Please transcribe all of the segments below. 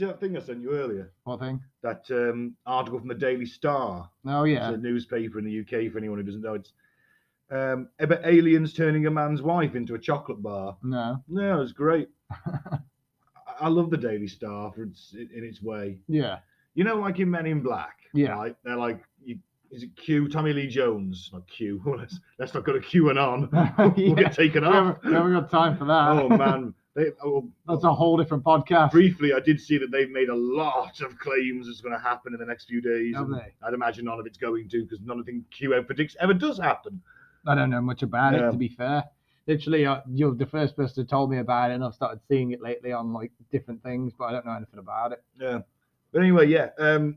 that thing I sent you earlier? What thing? That um, article from the Daily Star. Oh yeah. It's a newspaper in the UK for anyone who doesn't know. It's um, about aliens turning a man's wife into a chocolate bar. No. No, it's great. I- I love the Daily Star for its in its way. Yeah. You know, like in Men in Black. Yeah. right? They're like, you, is it Q? Tommy Lee Jones, not Q. Well, let's let's not go to Q and on. We'll Yeah. get taken We off. haven't, we haven't got time for that. oh man, they, oh, That's a whole different podcast. briefly, I did see that they've made a lot of claims that's going to happen in the next few days. Have and they? I'd imagine none of it's going to because none of the Q ever predicts ever does happen. I don't know much about Yeah. it, to be fair. Literally, uh, you're the first person who told me about it, and I've started seeing it lately on like different things, but I don't know anything about it. Yeah. But anyway, yeah. Um,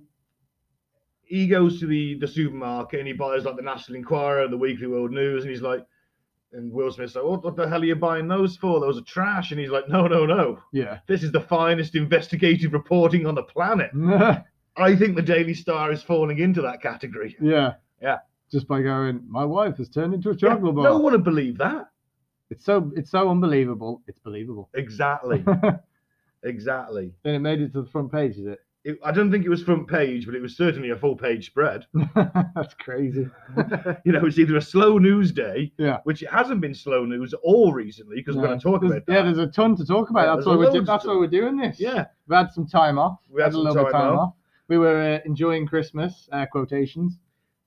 he goes to the the supermarket and he buys like the National Enquirer and the Weekly World News, and he's like, and Will Smith's like, what, what the hell are you buying those for? Those are trash. And he's like, no, no, no. Yeah. This is the finest investigative reporting on the planet. I think the Daily Star is falling into that category. yeah. Yeah. Just by going, my wife has turned into a chocolate bar. No one would believe that. It's so it's so unbelievable. It's believable. Exactly. exactly. Then it made it to the front page, is it? It, I don't think it was front page, but it was certainly a full page spread. That's crazy. you know, it's either a slow news day, Yeah. which it hasn't been slow news at all recently because we're No. going to talk There's- about yeah, that. there's a ton to talk about. Yeah, there's that's why we're do- loads that's to- why we're doing this. Yeah, We've had some time off. We had a some little bit of time time off. off. We were uh, enjoying Christmas, uh, quotations.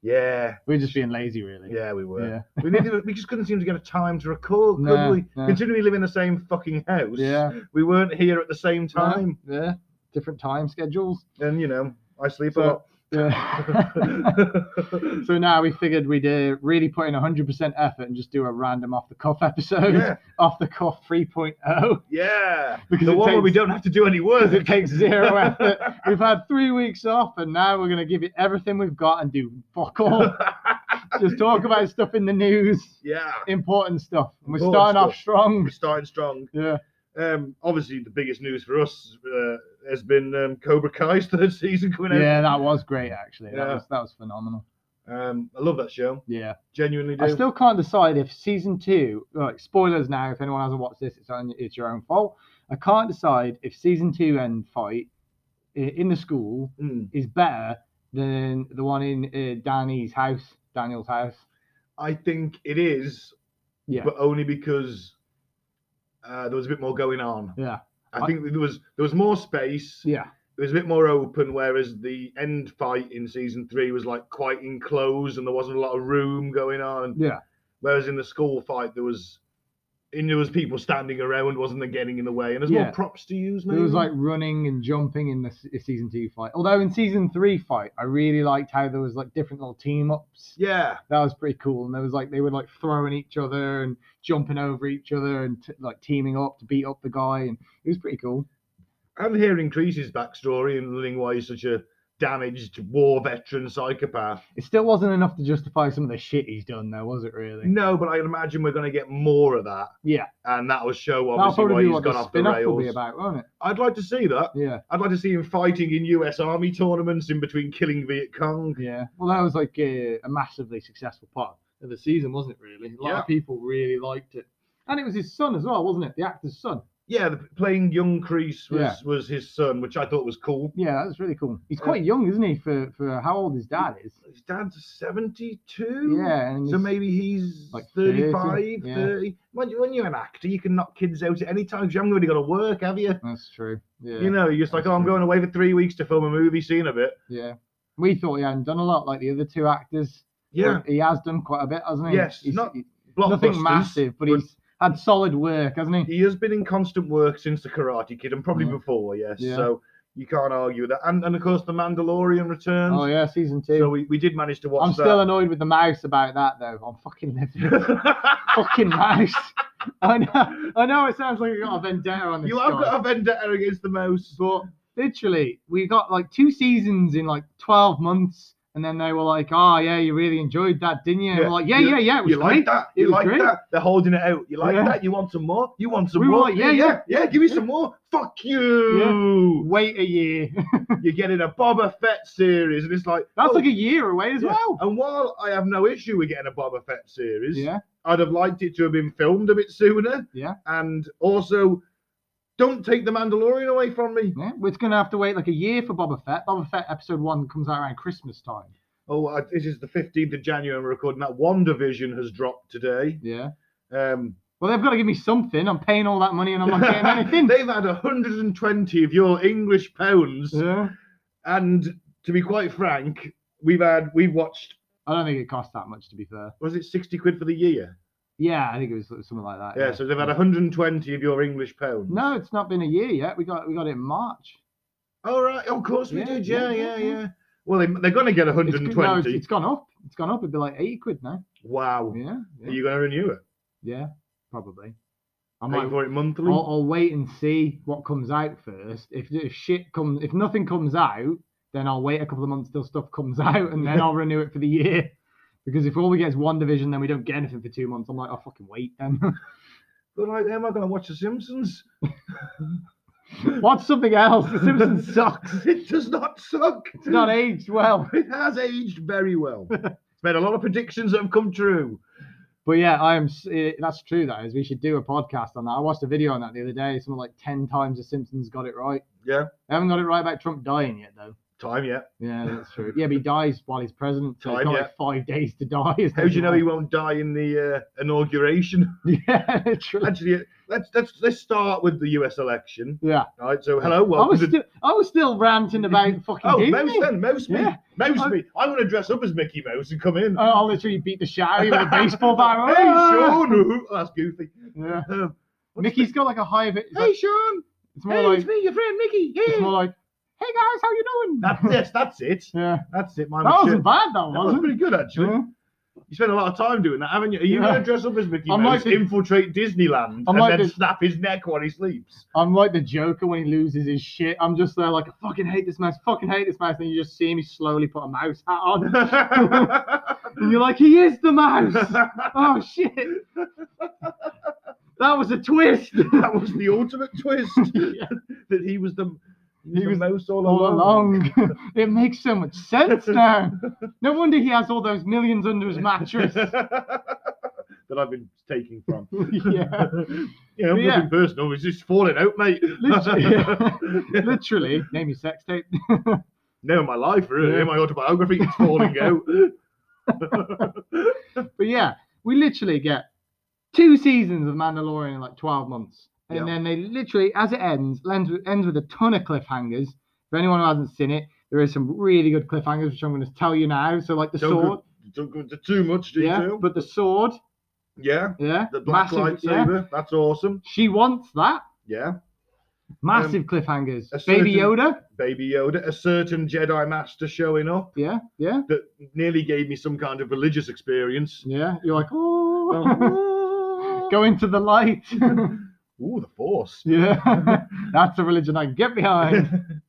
yeah, We were just being lazy, really. yeah, we were. Yeah. We needed, we just couldn't seem to get a time to record, could No, we? no. Considering we live in the same fucking house, Yeah. we weren't here at the same time. Yeah. Different time schedules. And, you know, I sleep So- a lot. Yeah. so now we figured we'd uh, really put in 100% effort and just do a random off the cuff episode. Yeah. Off the cuff 3.0. yeah, Because the it one where we takes- don't have to do any work. Because it takes zero effort. We've had three weeks off and now we're going to give it everything we've got and do fuck all. just talk about stuff in the news, yeah, important stuff. And we're Important starting off stuff. strong. we're starting strong. Yeah. Um, obviously, the biggest news for us uh, has been um, Cobra Kai's third season coming out. Yeah, that was great, actually. That, Yeah. was, that was phenomenal. Um, I love that show. Yeah. Genuinely do. I still can't decide if season two. Like spoilers now. If anyone hasn't watched this, it's on, it's your own fault. I can't decide if season two end fight i- in the school Mm. is better than the one in uh, Danny's house, Daniel's house. I think it is, Yeah, but only because uh, there was a bit more going on. yeah, I I- think there was there was more space. yeah, It was a bit more open, whereas the end fight in season three was like quite enclosed, and there wasn't a lot of room going on. And yeah, whereas in the school fight, there was, and there was people standing around, wasn't there, getting in the way, and there's Yeah. more props to use. Maybe There was like running and jumping in the se- season two fight. Although in season three fight, I really liked how there was like different little team ups. yeah, That was pretty cool. And there was like they were like throwing each other and jumping over each other and t- like teaming up to beat up the guy, and it was pretty cool. and hearing Creasy's backstory and learning why he's such a damaged war veteran psychopath. It still wasn't enough to justify some of the shit he's done, though, was it? Really? No, but I imagine we're going to get more of that, Yeah, and that'll show that'll obviously why probably be he's what gone the off the spin-off will be rails. about, won't it? I'd like to see that. Yeah, I'd like to see him fighting in U.S. Army tournaments in between killing Viet Cong. yeah. Well, that was like a, a massively successful part of the season, wasn't it? Really, a lot Yeah. of people really liked it, and it was his son as well, wasn't it? The actor's son. Yeah, the, playing young Crease was Yeah. was his son, which I thought was cool. Yeah, that was really cool. He's Yeah. quite young, isn't he, for for how old his dad is? His dad's seventy-two. Yeah, and So he's- maybe he's like 30, 35, 30. yeah. When, you- when you're an actor, you can knock kids out at any time. 'cause You haven't really got to work, have you? that's true. Yeah, You know, you're just like, That's oh, I'm true. going away for three weeks to film a movie scene of it. yeah. We thought he hadn't done a lot like the other two actors. Yeah, but he has done quite a bit, hasn't he? Yes, He's- not he- blockbusters, nothing massive, but he's had solid work, hasn't he? he has been in constant work since the Karate Kid and probably Yeah. before, yes. Yeah. So you can't argue with that. And and of course, The Mandalorian returns. Oh yeah, season two. So we, we did manage to watch I'm that. still annoyed with the mouse about that though. I'm fucking livid. fucking mouse. I know. I know. It sounds like I got a vendetta on this you have guy, got a vendetta against the mouse. but literally, we got like two seasons in like 12 months, and then they were like, "Oh yeah, you really enjoyed that, didn't you?" And Yeah. we're like, "Yeah, You- yeah, yeah, it was You like great." that? It You was like great. that? They're holding it out. You like Yeah. that? You want some more? You want some We more? want- yeah, yeah. yeah. Give me some more. Fuck you. Wait a year. You're getting a Boba Fett series, and it's like That's oh, like a year away as yeah. Oh, well. And while I have no issue with getting a Boba Fett series, Oh. Yeah, I'd have liked it to have been filmed a bit sooner. Yeah. And also, Don't take the Mandalorian away from me. Yeah, we're going to have to wait like a year for Boba Fett. Boba Fett episode one comes out around Christmas time. Oh, I- this is the 15th of January. and We're recording that. One division has dropped today. Yeah. Um, Well, they've got to give me something. I'm paying all that money and I'm not getting anything. They've had 120 of your English pounds, yeah. and to be quite frank, we've had we've watched I don't think it costs that much, to be fair. was it 60 quid for the year? Yeah, I think it was something like that. Yeah, so they've had 120 of your English pounds. No, it's not been a year yet. We got we got it in March. All Oh, right, of course we Yeah, did. Yeah, yeah, yeah, yeah, yeah. yeah. Well, they, they're going to get It's go- 120. no, it's, it's gone up. It's gone up. It'd be like eighty quid now. wow. Yeah, Are yeah, you going to renew it? yeah, probably. I I might. might for it monthly. I'll, I'll wait and see what comes out first. If, if shit comes, if nothing comes out, then I'll wait a couple of months till stuff comes out, and then I'll renew it for the year. Because if all we get is one division, then we don't get anything for two months. I'm like, I'll fucking wait then. But like, am I going to watch The Simpsons? What's something else? The Simpsons sucks. it does not suck. It's not aged well. It has aged very well. it's made a lot of predictions that have come true. But yeah, I am. s- eh, That's true. That is, we should do a podcast on that. I watched a video on that the other day. Something like ten times the Simpsons got it right. Yeah. They haven't got it right about Trump dying yet, though. Time yet. Yeah, that's true. yeah, but he dies while he's president. So he's Time got yet. like five days to die. isn't How do you know he won't die in the uh, inauguration? Yeah, literally. Actually, let's let's let's start with the U.S. election. Yeah. All right. So hello, I was welcome. to... still, I was still ranting about fucking. Oh, Disney. mouse then, mouse me, Yeah. mouse I- Oh, me. I'm going to dress up as Mickey Mouse and come in. I- I'll Uh, literally beat the shit out of you with a baseball bat. Ah! Hey, Sean. Ooh, that's goofy. Yeah. Um, what's Mickey's got like a high. It's, the- Hey, like, Sean. it's hey, more like. it's me, your friend Mickey. Hey. It's more like. Hey guys, how you doing? That's it. That's it. yeah. That's it. Mine That was wasn't shit. bad. That That was wasn't. pretty good actually. Yeah. You spent a lot of time doing that, haven't you? Are you Yeah. going to dress up as Mickey I'm Mouse, like the- infiltrate Disneyland, I'm and like then the- snap his neck while he sleeps? I'm like the Joker when he loses his shit. I'm just there like I fucking hate this mouse, fucking hate this mouse, and you just see me slowly put a mouse hat on, and you're like, he is the mouse. oh shit, that was a twist. that was the ultimate twist that he was the He he was was the mouse all, All along, it makes so much sense now. No wonder he has all those millions under his mattress. that I've been taking from. yeah, You know, But yeah. nothing personal. It's just falling out, mate. Literally. literally. Name your sex tape. no, my life really, Yeah. my autobiography, it's falling out. But yeah, we literally get two seasons of Mandalorian in like 12 months. And Yeah. then they literally, as it ends, ends with, ends with a ton of cliffhangers. For anyone who hasn't seen it, there is some really good cliffhangers, which I'm going to tell you now. So, like the Don't sword, go, don't go into too much yeah, detail. but the sword, yeah, yeah, the black yeah. lightsaber. That's awesome. She wants that. Yeah. Massive cliffhangers. Um, a Baby certain- Yoda, Baby Yoda, a certain Jedi Master showing up yeah, yeah, that nearly gave me some kind of religious experience. yeah. You're like, oh, Oh. go into the light. Ooh, the Force. yeah, that's a religion I can get behind.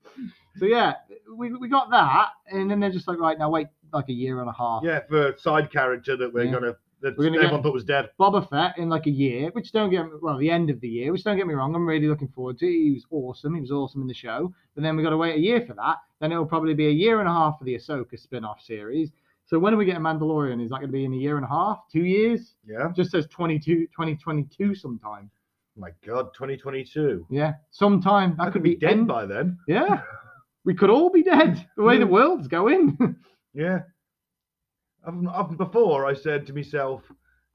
So yeah, we, we got that, and then they're just like, right now wait like a year and a half. yeah, for a side character that we're Yeah. gonna that We're gonna everyone get- thought was dead. Boba Fett in like a year, which don't get well the end of the year, which don't get me wrong, I'm really looking forward to. it. He was awesome, he was awesome in the show, but then we got to wait a year for that. Then it'll probably be a year and a half for the Ahsoka spin-off series. So when are we getting Mandalorian? Is that going to be in a year and a half, two years? Yeah. It just says 22, 2022 sometime. My God, 2022. Yeah, sometime that, I could be dead end- by then. Yeah, we could all be dead the way the Yeah. world's going. Yeah. I've, I've, before I said to myself,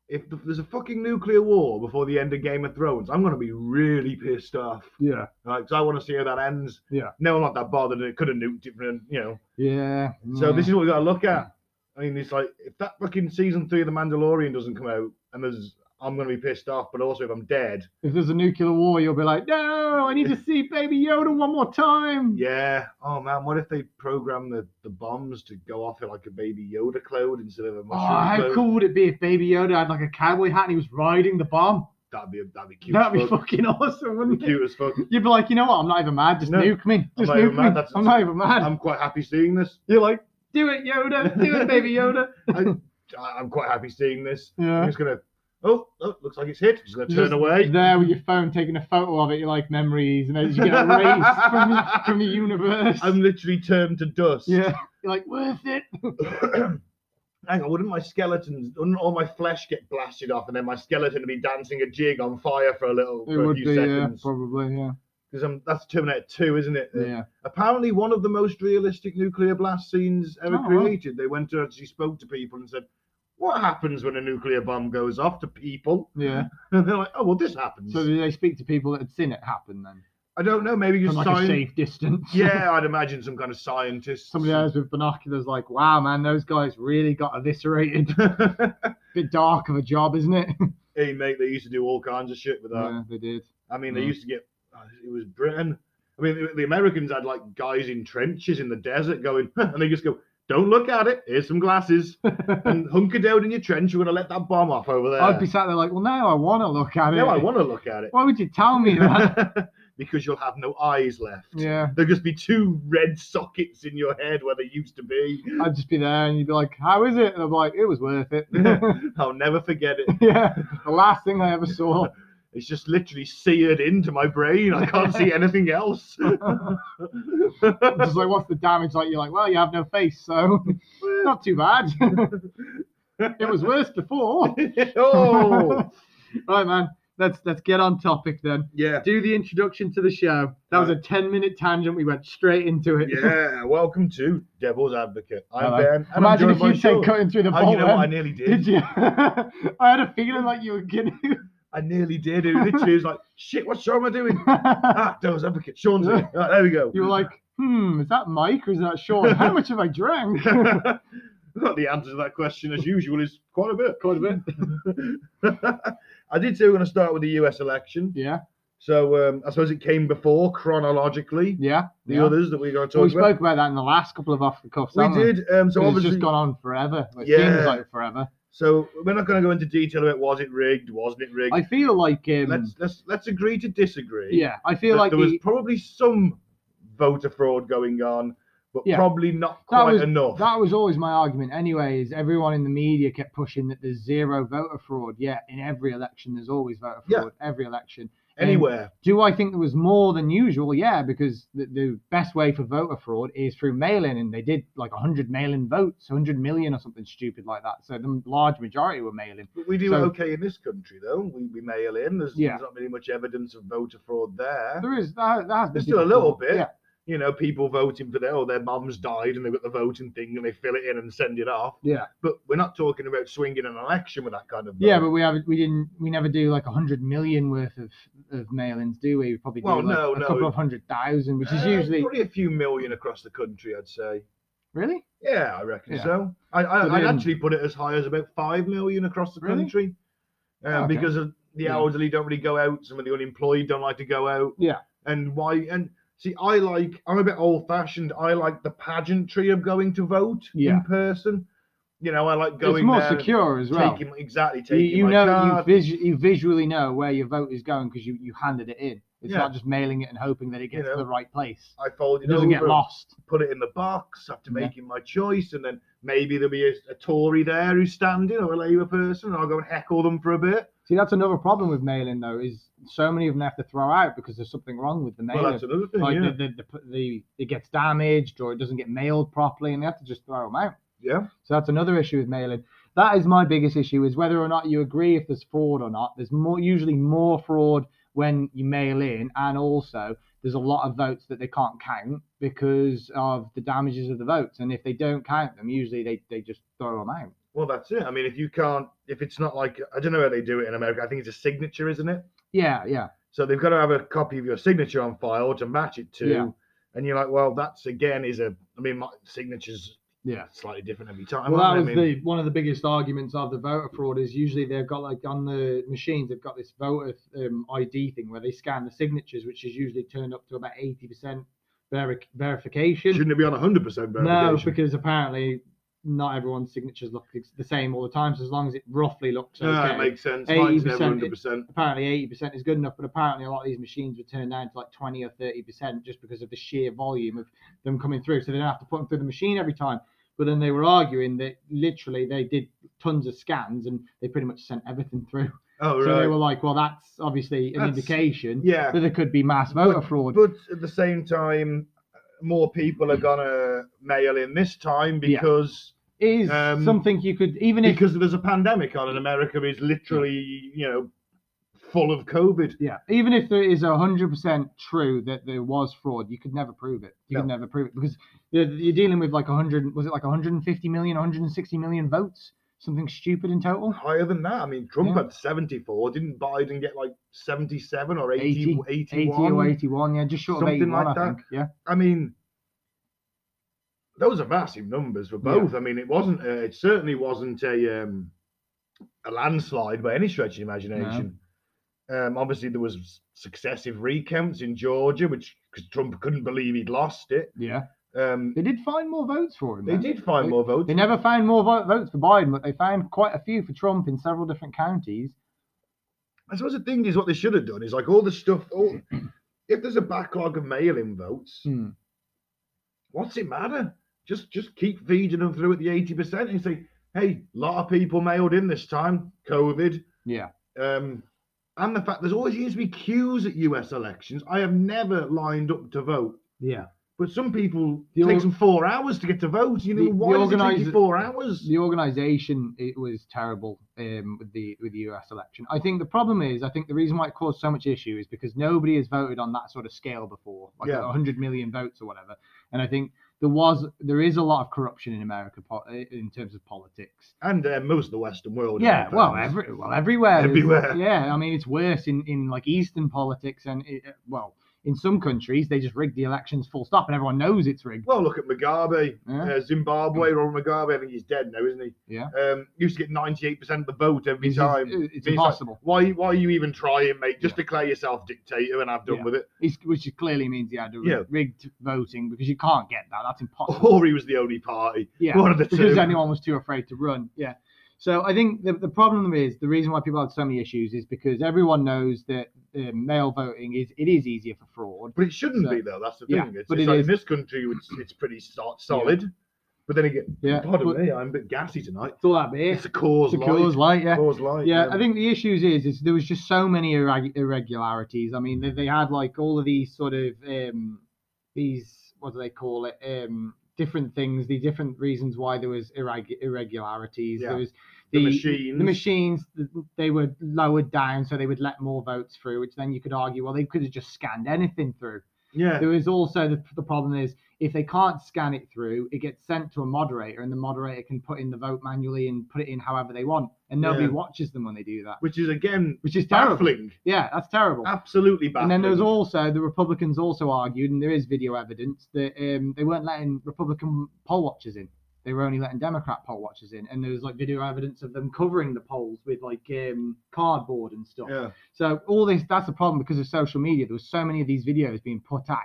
if th- there's a fucking nuclear war before the end of Game of Thrones, I'm gonna be really pissed off. yeah, Right, 'cause I want to see how that ends. Yeah. No, I'm not that bothered. and It could have nuked it, and, you know. yeah. So this is what we got to look at. I mean, it's like if that fucking season three of The Mandalorian doesn't come out, and there's I'm gonna be pissed off, but also if I'm dead, If there's a nuclear war, you'll be like, no, I need to see Baby Yoda one more time. yeah. Oh man, what if they program the, the bombs to go off in like a baby Yoda clone instead of a Oh, mushroom how clone? cool would it be if Baby Yoda had like a cowboy hat and he was riding the bomb? That'd be that'd be cute. That'd be as fuck. fucking awesome, wouldn't it? Cute as fuck. You'd be like, you know what? I'm not even mad. Just No, nuke me. Just not nuke even me. mad, that's- I'm not even mad. I'm quite happy seeing this. You're like, do it, Yoda. Do it, Baby Yoda. I, I'm quite happy seeing this. I'm Yeah. just gonna. Oh, oh, looks like it's hit. Just gonna You're turn just away. There with your phone, taking a photo of it. You're like memories, and then you get erased from, from the universe. I'm literally turned to dust. yeah. You're like, worth it. Hang on, wouldn't my skeletons, wouldn't all my flesh get blasted off, and then my skeleton would be dancing a jig on fire for a little, It for a would few be, yeah, seconds? probably, yeah. because um, that's Terminator 2, isn't it? Uh, Yeah. Apparently, one of the most realistic nuclear blast scenes ever Oh, wow. created. They went to actually spoke to people and said, "What happens when a nuclear bomb goes off to people?" Yeah. And they're like, "Oh, well, this happens." So do they speak to people that had seen it happen then? I don't know. Maybe From just like a science. safe distance. yeah, I'd imagine some kind of scientist. Somebody else with binoculars like, wow man, those guys really got eviscerated. Bit dark of a job, isn't it? hey, mate, they used to do all kinds of shit with that. yeah, they did. I mean, they Yeah. used to get. uh, It was Britain. I mean, the- the Americans had like guys in trenches in the desert going, and they just go, "Don't look at it. Here's some glasses, and hunker down in your trench. You're gonna let that bomb off over there." I'd be sat there like, well, no, I want to look at it. no, I want to look at Why would you tell me that? it because you'll have no eyes left. yeah. There'll just be two red sockets in your head where they used to be. I'd just be there and you'd be like, how is it? And I'm like, it was worth it. I'll never forget it. yeah. The last thing I ever saw. It's just literally seared into my brain. I can't see anything else. just like, what's the damage? Like, you're like, well, you have no face, so not too bad. it was worse before. oh, Right, man. Let's let's get on topic then. yeah. Do the introduction to the show. That was a ten minute tangent. We went straight into it. Yeah, welcome to Devil's Advocate. I'm Hello. Ben. And Imagine I'm if joined by you said Sean. cutting through the Oh, ball. you know what? I then. nearly did. Did you? I had a feeling like you were gonna. I nearly did. It literally was like, shit, what show am I doing? ah, Devil's Advocate. Sean's here. Right, there we go. you were like, hmm, is that Mike or is that Sean? How much have I drank? Not the answer to that question, as usual, is quite a bit. Quite a bit. I did say we're going to start with the US election. yeah, So um, I suppose it came before chronologically yeah. the yeah. others that we're going to Well, we talk about. spoke about that in the last couple of off the cuffs. We haven't did. Um, so So it's obviously, just gone on forever. It Yeah. seems like forever. so we're not going to go into detail about was it rigged, wasn't it rigged. I feel like um, let's let's let's agree to disagree. yeah. I feel that like there was the, probably some voter fraud going on, but Yeah. probably not That quite was- enough. that was always my argument. Anyway, is everyone in the media kept pushing that there's zero voter fraud. Yeah, in every election there's always voter Yeah. fraud. Every election. Anywhere, Do I think there was more than usual? Yeah, because the, the best way for voter fraud is through mail-in, and they did like 100 mail-in votes, 100 million or something stupid like that. So the large majority were mail-in. But we do so- okay in this country though. We, we mail in. There's, Yeah. there's not really much evidence of voter fraud there. There is that. that has been There's still a little before. bit. Yeah, You know, people voting for their oh their mum's died and they've got the voting thing and they fill it in and send it off. yeah. But we're not talking about swinging an election with that kind of vote. Yeah, but we have we didn't we never do like a hundred million worth of of mail-ins, do we? We probably do Well, like no, a no. couple of hundred thousand, which is Uh, usually probably a few million across the country, I'd say. really Yeah, I reckon Yeah. so. I, I, But I'd then- actually put it as high as about five million across the Really? country, um, Okay. because of the Yeah. elderly don't really go out. Some of the unemployed don't like to go out. Yeah. and why? And see, I like. I'm a bit old-fashioned. I like the pageantry of going to vote Yeah. in person. You know, I like going it's more there, secure as well. Taking exactly You, taking you my know you, card. visu- you visually know where your vote is going because you you handed it in. It's Yeah. not just mailing it and hoping that it You gets know. to the right place. I fold It it doesn't get over, lost. put it in the box after Yeah. making my choice, and then maybe there'll be a, a Tory there who's standing or a Labour person, and I'll go and heckle them for a bit. See, that's another problem with mailing though is so many of them have to throw out because there's something wrong with the mailing. Well, that's another thing. like yeah. the, the, the, the it gets damaged or it doesn't get mailed properly, and they have to just throw them out. yeah. So that's another issue with mailing. That is my biggest issue is whether or not you agree if there's fraud or not. There's more usually more fraud when you mail in, and also there's a lot of votes that they can't count because of the damages of the votes. And if they don't count them, usually they, they just throw them out. Well, that's it. I mean, if you can't, if it's not like, I don't know how they do it in America. I think it's a signature, isn't it? Yeah, yeah, So they've got to have a copy of your signature on file to match it to. Yeah. And you're like, well, that's again is a, I mean, my signature's yeah. slightly different every time. Well, that aren't was they? I mean, the one of the biggest arguments of the voter fraud is usually they've got like on the machines they've got this voter um, ID thing where they scan the signatures, which is usually turned up to about eighty percent veri- verification. Shouldn't it be on 100% verification? No, because apparently not everyone's signatures look ex- the same all the time. So as long as it roughly looks No, okay, that Ah, makes sense. Mine's never 80%. 100%. apparently eighty percent is good enough. But apparently a lot of these machines were turned down to like twenty or thirty percent just because of the sheer volume of them coming through. So they don't have to put them through the machine every time. But then they were arguing that literally they did tons of scans and they pretty much sent everything through. Oh, So they right. were like, well, that's obviously an That's- indication yeah. that there could be mass voter fraud. But at the same time, more people are going to mail in this time Yeah. because Is um, something you could even if because there's a pandemic on in America is literally you know full of COVID. Yeah, even if there is hundred percent true that there was fraud, you could never prove it. You could never prove it because you're, you're dealing with like hundred. Was it like 150 million, 160 million votes? Something stupid in total. Higher than that. I mean, Trump Yeah. had 74. Didn't Biden get like 77 or 80, 80, 80 81? or 81, yeah, just short Something of 81, like I that. think. Yeah, I mean, those are massive numbers for Yeah. both. I mean, it wasn't. Uh, it certainly wasn't a um, a landslide by any stretch of the imagination. Um, obviously, there was s- successive recounts in Georgia, which because Trump couldn't believe he'd lost it. yeah. Um, They did find more votes for him. they though. did find more votes. They never found more vo- votes for Biden, but they found quite a few for Trump in several different counties. I suppose the thing is, what they should have done is like all the stuff. All, if there's a backlog of mail-in votes, Hmm. what's it matter? Just just keep feeding them through at the eighty percent and say, hey, lot of people mailed in this time, COVID. Yeah, um, and the fact there's always used to be queues at US elections. I have never lined up to vote, yeah. but some people The it takes org- them four hours to get to vote. You know The- why the does it take you organiser- four hours? The organisation it was terrible um, with the with the U.S. election. I think the problem is, I think the reason why it caused so much issue is because nobody has voted on that sort of scale before, like Yeah. 100 million votes or whatever. And I think there was there is a lot of corruption in America po- in terms of politics. And uh, most of the Western world. in Yeah, fairness. well, every, well, everywhere. there's- Everywhere. Yeah, I mean, it's worse in, in like Eastern politics, and it, well, in some countries they just rig the elections full stop, and everyone knows it's rigged. Well, look at Mugabe, Yeah. uh, Zimbabwe, Robert Mugabe. I think he's dead now, isn't he? Yeah. Um, used to get ninety-eight percent of the vote every It's, time. it's- it's It's like, impossible, why, why are you even trying, mate? Just declare yourself dictator and have done Yeah. with it. It's- which clearly means he had to rig- Yeah. rigged voting because you can't get that. That's impossible. Or he was the only party. yeah, One of the because two. anyone was too afraid to run. Yeah. So I think the, the problem is the reason why people have so many issues is because everyone knows that uh, mail voting is it is easier for fraud. But it shouldn't So- be though. That's the thing. yeah, it's but it's it like is. in this country, it's, it's pretty so- solid. But then again, Yeah, pardon but- me, I'm a bit gassy tonight. It's all that bit. It's a cause It's a light. cause light, yeah. Cause um, light. yeah, I think the issues is is there was just so many irreg- irregularities. I mean, they, they had like all of these sort of um, these what do they call it? Um, different things, the different reasons why there was irreg- irregularities. Yeah. There was The the, machines. The machines th- they were lowered down so they would let more votes through, which then you could argue, well, they could have just scanned anything through. yeah. There is also the, the problem is if they can't scan it through, it gets sent to a moderator, and the moderator can put in the vote manually and put it in however they want, and nobody Yeah. watches them when they do that, Which is again which is terrible. baffling. Yeah, that's terrible. Absolutely baffling. And then there was also the Republicans also argued, and there is video evidence that um, they weren't letting Republican poll watchers in. They were only letting Democrat poll watchers in, and there was like video evidence of them covering the polls with like um, cardboard and stuff. Yeah. So all this that's a problem because of social media. There was so many of these videos being put out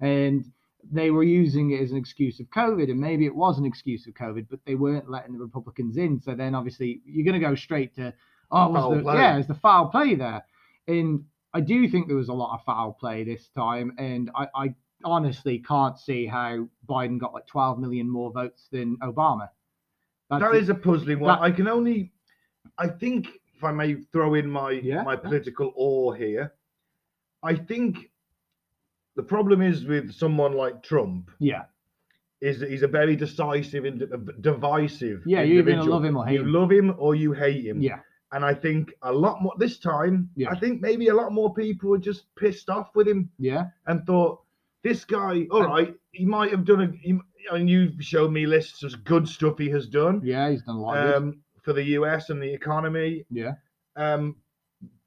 and they were using it as an excuse of COVID, and maybe it was an excuse of COVID, but they weren't letting the Republicans in. So then obviously you're gonna go straight to oh was Foul the, play. yeah, is the foul play there? And I do think there was a lot of foul play this time, and I, I honestly can't see how Biden got like 12 million more votes than Obama. That's That the- is a puzzling one. that- I can only, I think, if I may throw in my Yeah, my yeah. political awe here, I think the problem is with someone like Trump yeah, is that he's a very decisive and de- divisive. yeah. You're either gonna individual. love him or hate you him. love him or you hate him. Yeah, And I think a lot more this time, Yeah. I think maybe a lot more people were just pissed off with him yeah, and thought, this guy, all And- right, he might have done a. He, and you've shown me lists of good stuff he has done yeah. He's done a lot. Of good. um, for the US and the economy. Yeah. Um,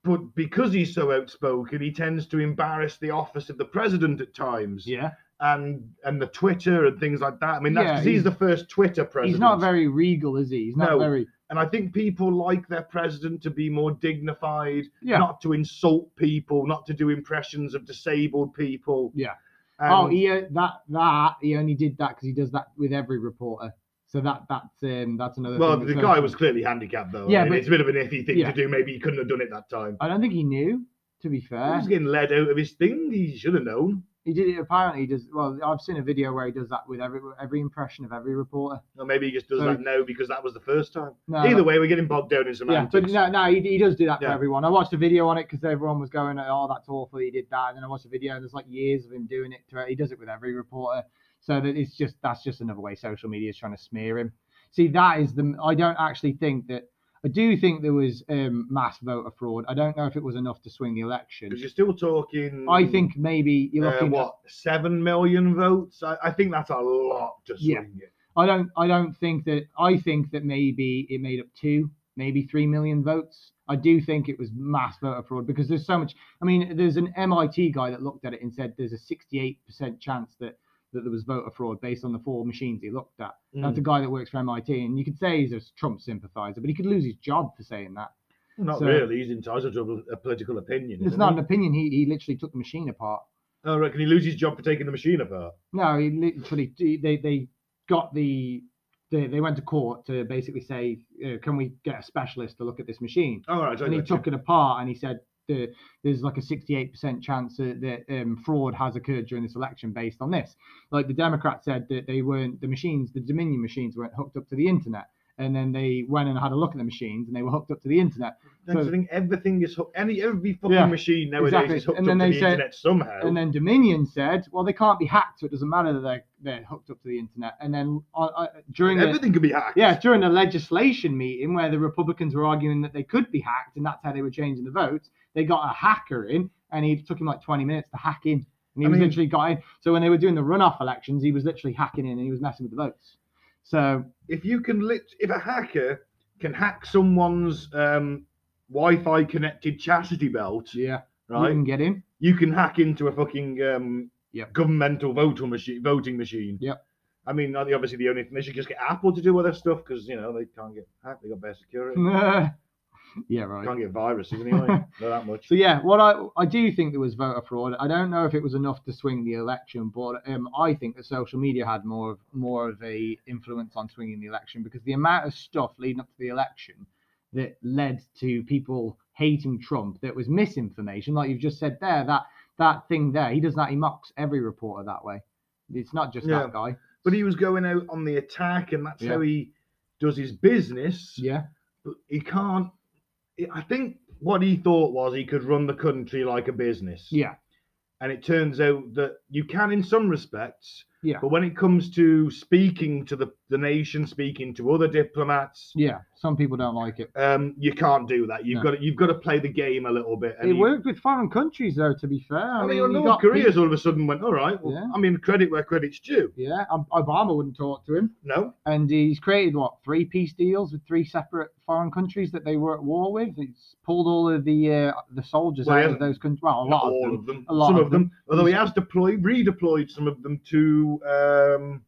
but because he's so outspoken, he tends to embarrass the office of the president at times, Yeah, and and the Twitter and things like that. I mean, that's Yeah, 'cause he's, he's- the first Twitter president. he's not very regal, is he? He's not No. very. and I think people like their president to be more dignified, Yeah. not to insult people, not to do impressions of disabled people. Um, Yeah. And oh, he uh, that that he only did that because he does that with every reporter. So that that's um that's another. well, thing the that's guy going- was clearly handicapped though. Yeah, I mean, but- it's a bit of an iffy thing Yeah. to do. Maybe he couldn't have done it that time. I don't think he knew. To be he fair, was getting led out of his thing. He should have known. he did it. Apparently, he does. Well, I've seen a video where he does that with every every impression of every reporter. Or maybe he just does So- that now because that was the first time. No, Either way, we're getting bogged down in some yeah, but antics. no, no, he, he does do that for Yeah. everyone. I watched a video on it because everyone was going, "Oh, that's awful, he did that." And then I watched a video, and there's like years of him doing it. To he does it with every reporter, so that it's just that's just another way social media is trying to smear him. See, that is the I don't actually think that I do think there was um, mass voter fraud. I don't know if it was enough to swing the election. because you're still talking. I think maybe you're uh, looking at what seven million votes. I, I think that's a lot to swing Yeah. it. I don't I don't think that I think that maybe it made up two, maybe three million votes. I do think it was mass voter fraud because there's so much. I mean, there's an MIT guy that looked at it and said there's a 68% chance that that there was voter fraud based on the four machines he looked at. Hmm. That's a guy that works for MIT, and you could say he's a Trump sympathizer, but he could lose his job for saying that. Not So- really. He's entitled to a, a political opinion. It's isn't not he? an opinion. He he literally took the machine apart. Oh, right. Can he lose his job for taking the machine apart? No, he literally they they got the they, they went to court to basically say, uh, can we get a specialist to look at this machine? All right. I And he got you. took it apart and he said the, there's like a 68% chance that, that um, fraud has occurred during this election based on this. Like the Democrats said that they weren't the machines, the Dominion machines weren't hooked up to the internet. And then they went and had a look at the machines and they were hooked up to the internet. That's the thing. Everything is hooked. Any every fucking Yeah, machine nowadays exactly. is hooked And up then to they the say- internet somehow. And then Dominion said, well, they can't be hacked, so it doesn't matter that they're, they're hooked up to the internet. And then uh, uh, during the, everything can be hacked. Yeah, during a legislation meeting where the Republicans were arguing that they could be hacked and that's how they were changing the votes, they got a hacker in and he took him like 20 minutes to hack in. And he I was mean- literally got in. So when they were doing the runoff elections, he was literally hacking in and he was messing with the votes. So If you can lit, if a hacker can hack someone's um, Wi-Fi connected chastity belt, yeah, you right? can get in. You can hack into a fucking um, Mm. Yep. governmental voter machine, voting machine. Yep. I mean, not the- obviously the only thing they should just get Apple to do all their stuff because you know they can't get hacked. They got better Mm. security. yeah, right. can't get viruses anyway. Not that much. So yeah, what I I do think there was voter fraud. I don't know if it was enough to swing the election, but um, I think that social media had more of more of a influence on swinging the election because the amount of stuff leading up to the election that led to people hating Trump that was misinformation, like you've just said there, that that thing there, he does that. He mocks every reporter that way. It's not just Yeah. that guy. But he was going out on the attack, and that's Yeah. how he does his business. Yeah, But he can't. I think what he thought was he could run the country like a business. yeah, And it turns out that you can in some respects, yeah, but when it comes to speaking to the, the nation, speaking to other diplomats, yeah. Some people don't like it. um, you can't do that. You've No. got to, you've got to play the game a little bit. It you- worked with foreign countries, though. To be fair, I, I mean, you North got Korea's people- all of a sudden went, all right, well, Yeah. I mean, credit where credit's due. Yeah, Ob- Obama wouldn't talk to him. No, and he's created what three peace deals with three separate foreign countries that they were at war with. He's pulled all of the uh, the soldiers Well, he out of hasn't- those countries. Well, a not lot of all them. of them. A lot some of of them. Although he has deployed, redeployed some of them to um,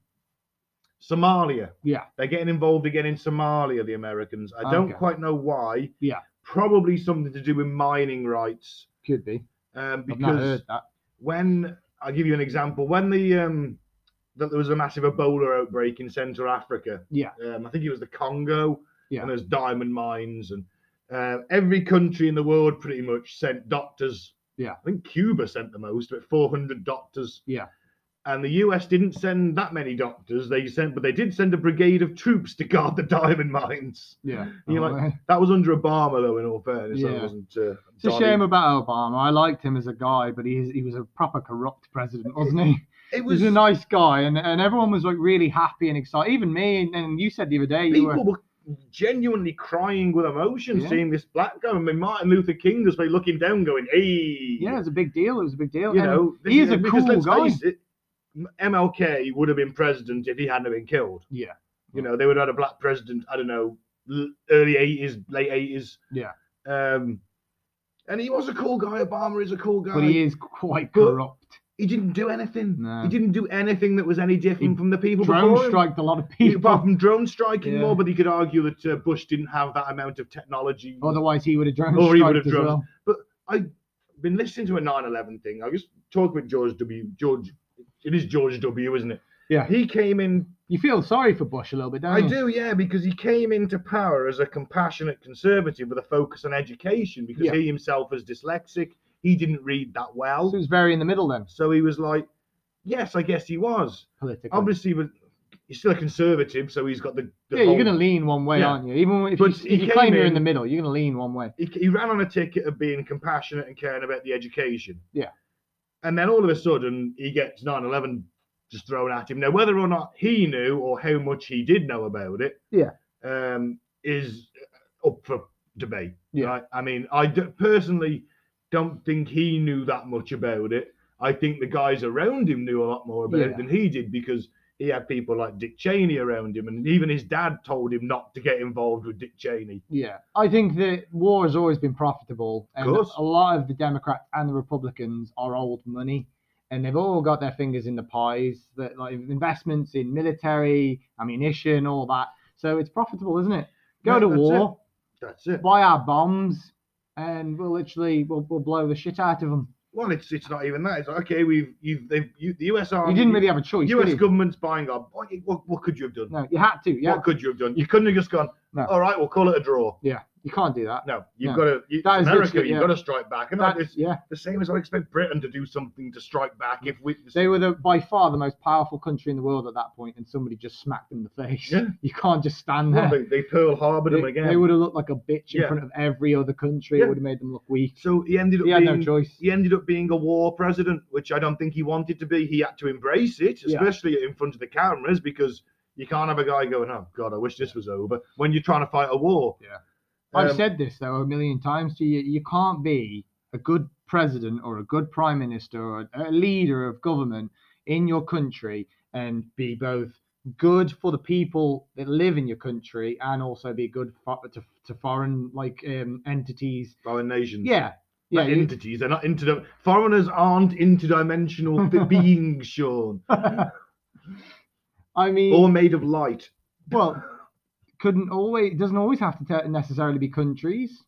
Somalia. Yeah, They're getting involved again in Somalia, the Americans. I don't Okay. quite know why. Yeah. Probably something to do with mining rights. could be. Um, I've not heard because that. when I'll give you an example, when the um, that there was a massive Ebola outbreak in Central Africa. Yeah. Um, I think it was the Congo. Yeah. And there's diamond mines and uh, every country in the world pretty much sent doctors. Yeah. I think Cuba sent the most, but 400 doctors. Yeah. And the US didn't send that many doctors. They sent, but they did send a brigade of troops to guard the diamond mines. Yeah, You Oh, like- That was under Obama, though. In all fairness, Yeah. that wasn't. Uh, it's a Donald. shame about Obama. I liked him as a guy, but he he was a proper corrupt president, wasn't he? It He was was. a nice guy, and, and everyone was like really happy and excited. Even me, and, and you said the other day you were. people were genuinely crying with emotion Yeah. seeing this black guy. I mean, Martin Luther King was like looking down, going, "Hey, Yeah, it was a big deal. It was a big deal. you And- know." he is a because cool let's guy. face it, M- MLK would have been president if he hadn't have been killed. Yeah. you know, they would have had a black president. I don't know, l- early eighties, late eighties. Yeah. Um, and he was a cool guy. Obama is a cool guy. but he is quite But- corrupt. He didn't do anything. No. He didn't do anything that was any different from the people Drone before him. striked a lot of He- people. apart from drone striking Yeah. more, but he could argue that uh, Bush didn't have that amount of technology. Otherwise, he would have drone Or he would striked have as drone- well. I've been listening to a 9/11 thing. I was talking with George W. George. It is George W. Isn't it? Yeah. Oh. He came in. You feel sorry for Bush a little bit, don't I you? do, yeah, because he came into power as a compassionate conservative with a focus on education. Because Yeah. he himself was dyslexic. He didn't read that well, So it was very in the middle then, so he was like, "Yes, I guess he was." politically. Obviously, but he's still a conservative, so he's got the. the yeah, you're whole- going to lean one way, Yeah. aren't you? Even if you, But if he you came claim you're in in- the middle, you're going to lean one way. he, he ran on a ticket of being compassionate and caring about the education. Yeah. And then all of a sudden, he gets 9 11 just thrown at him. Now, whether or not he knew or how much he did know about it, Yeah. um, is up for debate. Yeah. Right? I mean, I d- personally don't think he knew that much about it. I think the guys around him knew a lot more about Yeah. it than he did because he had people like Dick Cheney around him, and even his dad told him not to get involved with Dick Cheney. Yeah, I think that war has always been profitable, and course. a lot of the Democrats and the Republicans are old money, and they've all got their fingers in the pies. That like investments in military, ammunition, all that. So it's profitable, isn't it? Go Yeah, to that's war, That's it. buy our bombs, and we'll literally we'll, we'll blow the shit out of them. Well, it's it's not even that. It's like, okay, we've you've they've you, the US Army, You didn't really have a choice. did US you? government's buying up. What, what, what could you have done? No, you had to. Yeah, What could you have done? You couldn't have just gone. No. All right, we'll call it a draw. you can't do that. No, you've No. got to. You, That is America, literally- you've yeah. got to strike back, and That- it's yeah, the same as I expect Britain to do something to strike back if we. they were the, by far the most powerful country in the world at that point, and somebody just smacked them in the face. Yeah. You can't just stand there. Well, they, they Pearl Harbored They, them again. would have looked like a bitch in Yeah. front of every other country. Yeah. It would have made them look weak. so he ended up He had being no choice. he ended up being a war president, which I don't think he wanted to be. He had to embrace it, Yeah. especially in front of the cameras, because you can't have a guy going, "Oh God, I wish this was over." When you're trying to fight a war, Yeah. I've Um, said this though a million times to you. You can't be a good president or a good prime minister or a leader of government in your country and be both good for the people that live in your country and also be good for, to, to foreign like um, entities. foreign nations. Yeah, yeah. Yeah, you- entities. They're not inter. Foreigners aren't interdimensional th- beings, Sean, I mean, or made of light. well, couldn't always doesn't always have to te- necessarily be countries.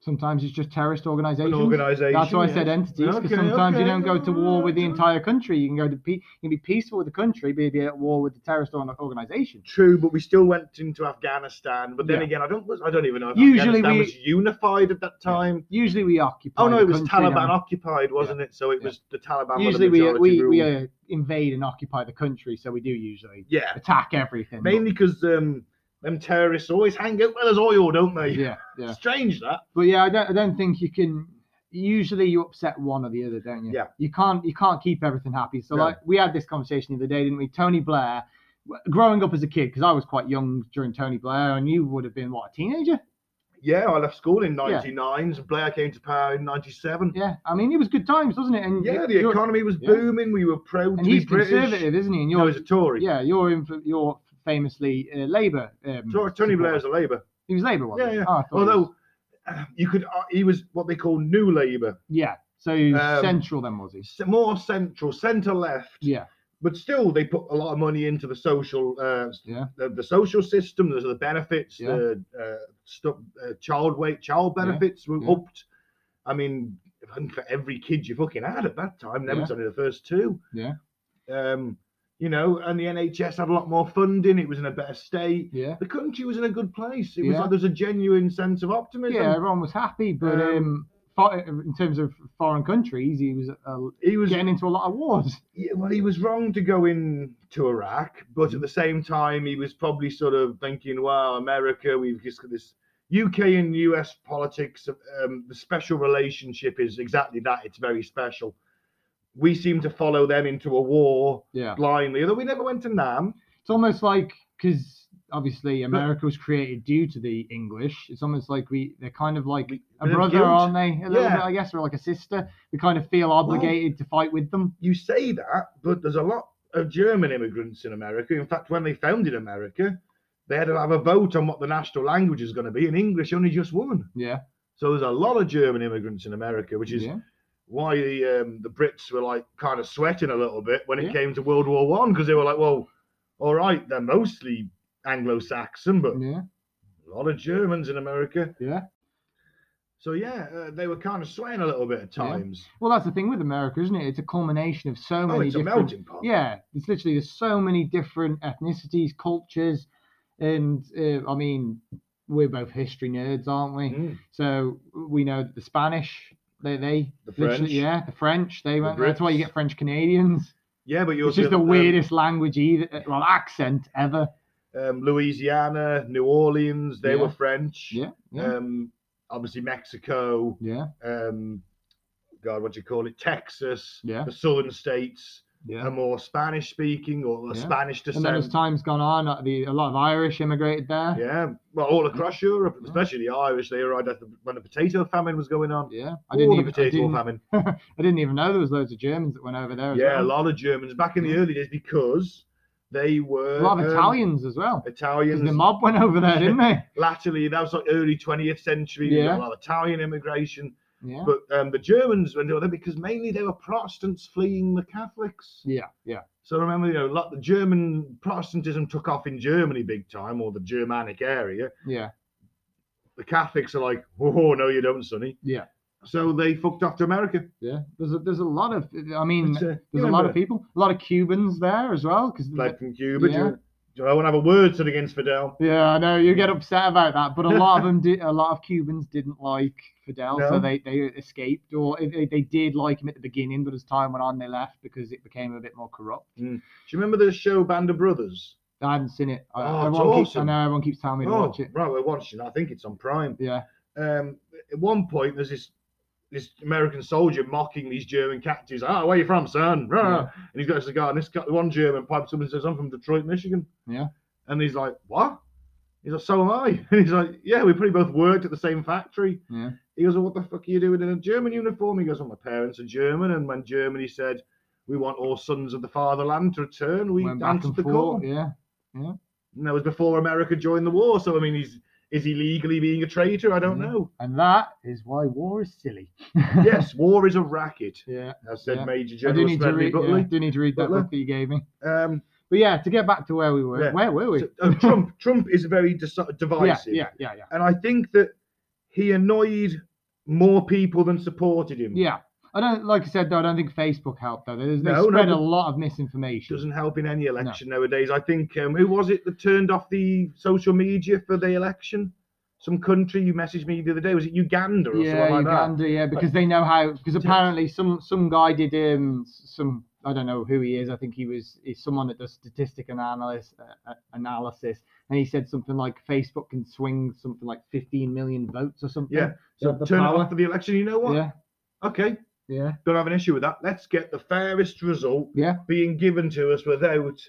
Sometimes it's just terrorist An organizations. organisation. That's why I yes. said entities, because Okay, sometimes you okay, don't go to war with the alright, entire country. You can go to pe- you can be peaceful with the country, but you'd be at war with the terrorist or- organization. True, but we still went into Afghanistan. But then Yeah. again, I don't. I don't even know if Usually Afghanistan we- was unified at that time. Usually we occupy. Oh no, the it was country, don't Taliban occupied, wasn't it? So it Yeah. was the Taliban. were we? the Usually we majority we, rule. we uh, invade and occupy the country, so we do usually yeah, attack everything. mainly because um, them terrorists always hang out well as oil, don't they? yeah, yeah. Strange that. But yeah, I don't I don't think you can. Usually you upset one or the other, don't you? Yeah. You can't you can't keep everything happy. So No. like we had this conversation the other day, didn't we? Tony Blair. w- Growing up as a kid, because I was quite young during Tony Blair, and you would have been what a teenager. Yeah, I left school in Yeah. '99, so Blair came to power in '97. Yeah, I mean, it was good times, wasn't it? And Yeah, y- the you're- economy was yeah. booming. We were proud And to be he's British. conservative, isn't he? And No, you're, he's a Tory. yeah, you're influ- you're famously uh, Labour. Um, Tor- Tony supporter. Blair's a Labour. He was Labour, wasn't Yeah, he? yeah. Oh, I thought he was- Although uh, you could, uh, he was what they call New Labour, yeah. So he was Um, central then was he? S- more central, centre left. Yeah, But still, they put a lot of money into the social, uh, s- Yeah. the, the social system. There's the benefits, Yeah. the uh, stu- uh, child weight, child Yeah, benefits were yeah. upped. I mean, I think for every kid you fucking had at that time, there Yeah. was only the first two. Yeah. Um, you know, and the NHS had a lot more funding. It was in a better state. yeah, the country was in a good place. It was Yeah. like there's a genuine sense of optimism. yeah. Everyone was happy, but Um, um, fo- in terms of foreign countries, he was uh, He was getting into a lot of wars. yeah, well, he was wrong to go in to Iraq, but at the same time, he was probably sort of thinking, "Wow, America, we've just got this." UK and US politics, um, the special relationship is exactly that. It's very special. We seem to follow them into a war Yeah, blindly, although we never went to Nam. it's almost like because obviously America was created due to the English. It's almost like we they're kind of like a bit of brother, guilt. aren't they? A little Yeah. bit, I guess, or like a sister. We kind of feel obligated to fight with them. You say that, but there's a lot of German immigrants in America. In fact, when they founded America, they had to have a vote on what the national language is going to be, and English only just won. Yeah, So there's a lot of German immigrants in America, which is yeah. why the um, the Brits were like kind of sweating a little bit when it Yeah. came to World War One because they were like, well, all right, they're mostly Anglo-Saxon, but yeah, a lot of Germans in America. yeah. So yeah, uh, they were kind of sweating a little bit at Yeah. times. Well, that's the thing with America, isn't it? It's a culmination of so Oh, many it's a different. melting pot. Yeah, it's literally there's so many different ethnicities, cultures, and uh, I mean, we're both history nerds, aren't we? Mm. So we know that the Spanish, they they The literally- French. yeah, the French, they The went. That's why you Brits. get French Canadians, yeah, but you're which is the weirdest language either, well, accent ever. um, Louisiana, New Orleans, they Yeah. were French. Yeah, yeah, Um, obviously Mexico, yeah, um, God, what do you call it? Texas, Yeah. the southern states, Yeah. are more Spanish speaking or a Yeah. Spanish and then as descent. time's gone on, uh, the, a lot of Irish immigrated there. Yeah, well, all across Europe, Yeah. especially the Irish, they arrived at the, when the potato famine was going on. Yeah. I All didn't the even I potato didn't, famine. I didn't even know there was loads of Germans that went over there. As Yeah, a well. lot of Germans back in the Yeah. early days because they were a lot of um, Italians as well. 'cause Italians, The mob went over there, didn't they? latterly that was like early 20th century. there was a Yeah. lot of Italian immigration, Yeah. but um, the Germans went over there because mainly they were Protestants fleeing the Catholics. Yeah. Yeah. So remember, you know, lot the German Protestantism took off in Germany big time, or the Germanic area. Yeah. The Catholics are like, oh no, you don't, Sonny. Yeah. So they fucked off to America. Yeah. There's a, there's a lot of I mean But, uh, you there's a lot of remember, people, a lot of Cubans there as well because like from Cuba. do you- Yeah. Do I want to have a word said against Fidel? Yeah, I know you get upset about that, but a lot of them did. A lot of Cubans didn't like Fidel, No. so they they escaped, or they, they did like him at the beginning, but as time went on, they left because it became a bit more corrupt. Do you remember the show Band of Brothers? I haven't seen it. I, Oh, it's everyone keeps, I awesome. know everyone keeps telling me to watch it. right, we're watching. I think it's on Prime. Yeah, um, at one point there's this this American soldier mocking these German cats. He's like, "Ah, where you from, son?" Rah. Yeah. And he's got a cigar, and this guy, one German pipes up and says, "I'm from Detroit, Michigan." Yeah. And he's like, "What?" He's like, "So am I." And he's like, "Yeah, we pretty both worked at the same factory." Yeah. He goes, well, "What the fuck are you doing in a German uniform?" He goes, "Well, my parents are German, and when Germany said." We want all sons of the fatherland to return. We went back danced and the forth. call. Yeah, And that was before America joined the war. So I mean, he's is he legally being a traitor? I don't Yeah. know. and that is why war is silly. yes, war is a racket, Yeah, as said Yeah. Major I do General need to Smedley read. Yeah, I Butley. do need to read that Butler. book that you gave me. Um, But yeah, to get back to where we were. Yeah. Where were we? so- oh, Trump, Trump is very dis- yeah, divisive, yeah, yeah, yeah. and I think that he annoyed more people than supported him. Yeah. I don't like I said though, I don't think Facebook helped though. They, they No, no, spread but- a lot of misinformation. doesn't help in any election nowadays. I think um, who was it that turned off the social media for the election? Some country you messaged me the other day was it Uganda or yeah, something like Uganda, yeah, because they know how because apparently some some guy did um s- some I don't know who he is. I think he was he's someone that does statistic analysis uh, uh, analysis and he said something like Facebook can swing something like 15 million votes or something. Yeah, They that? have the So turn it power. off for the election. You know what? Yeah. Okay, Yeah. don't have an issue with that. Let's get the fairest result Yeah. being given to us without.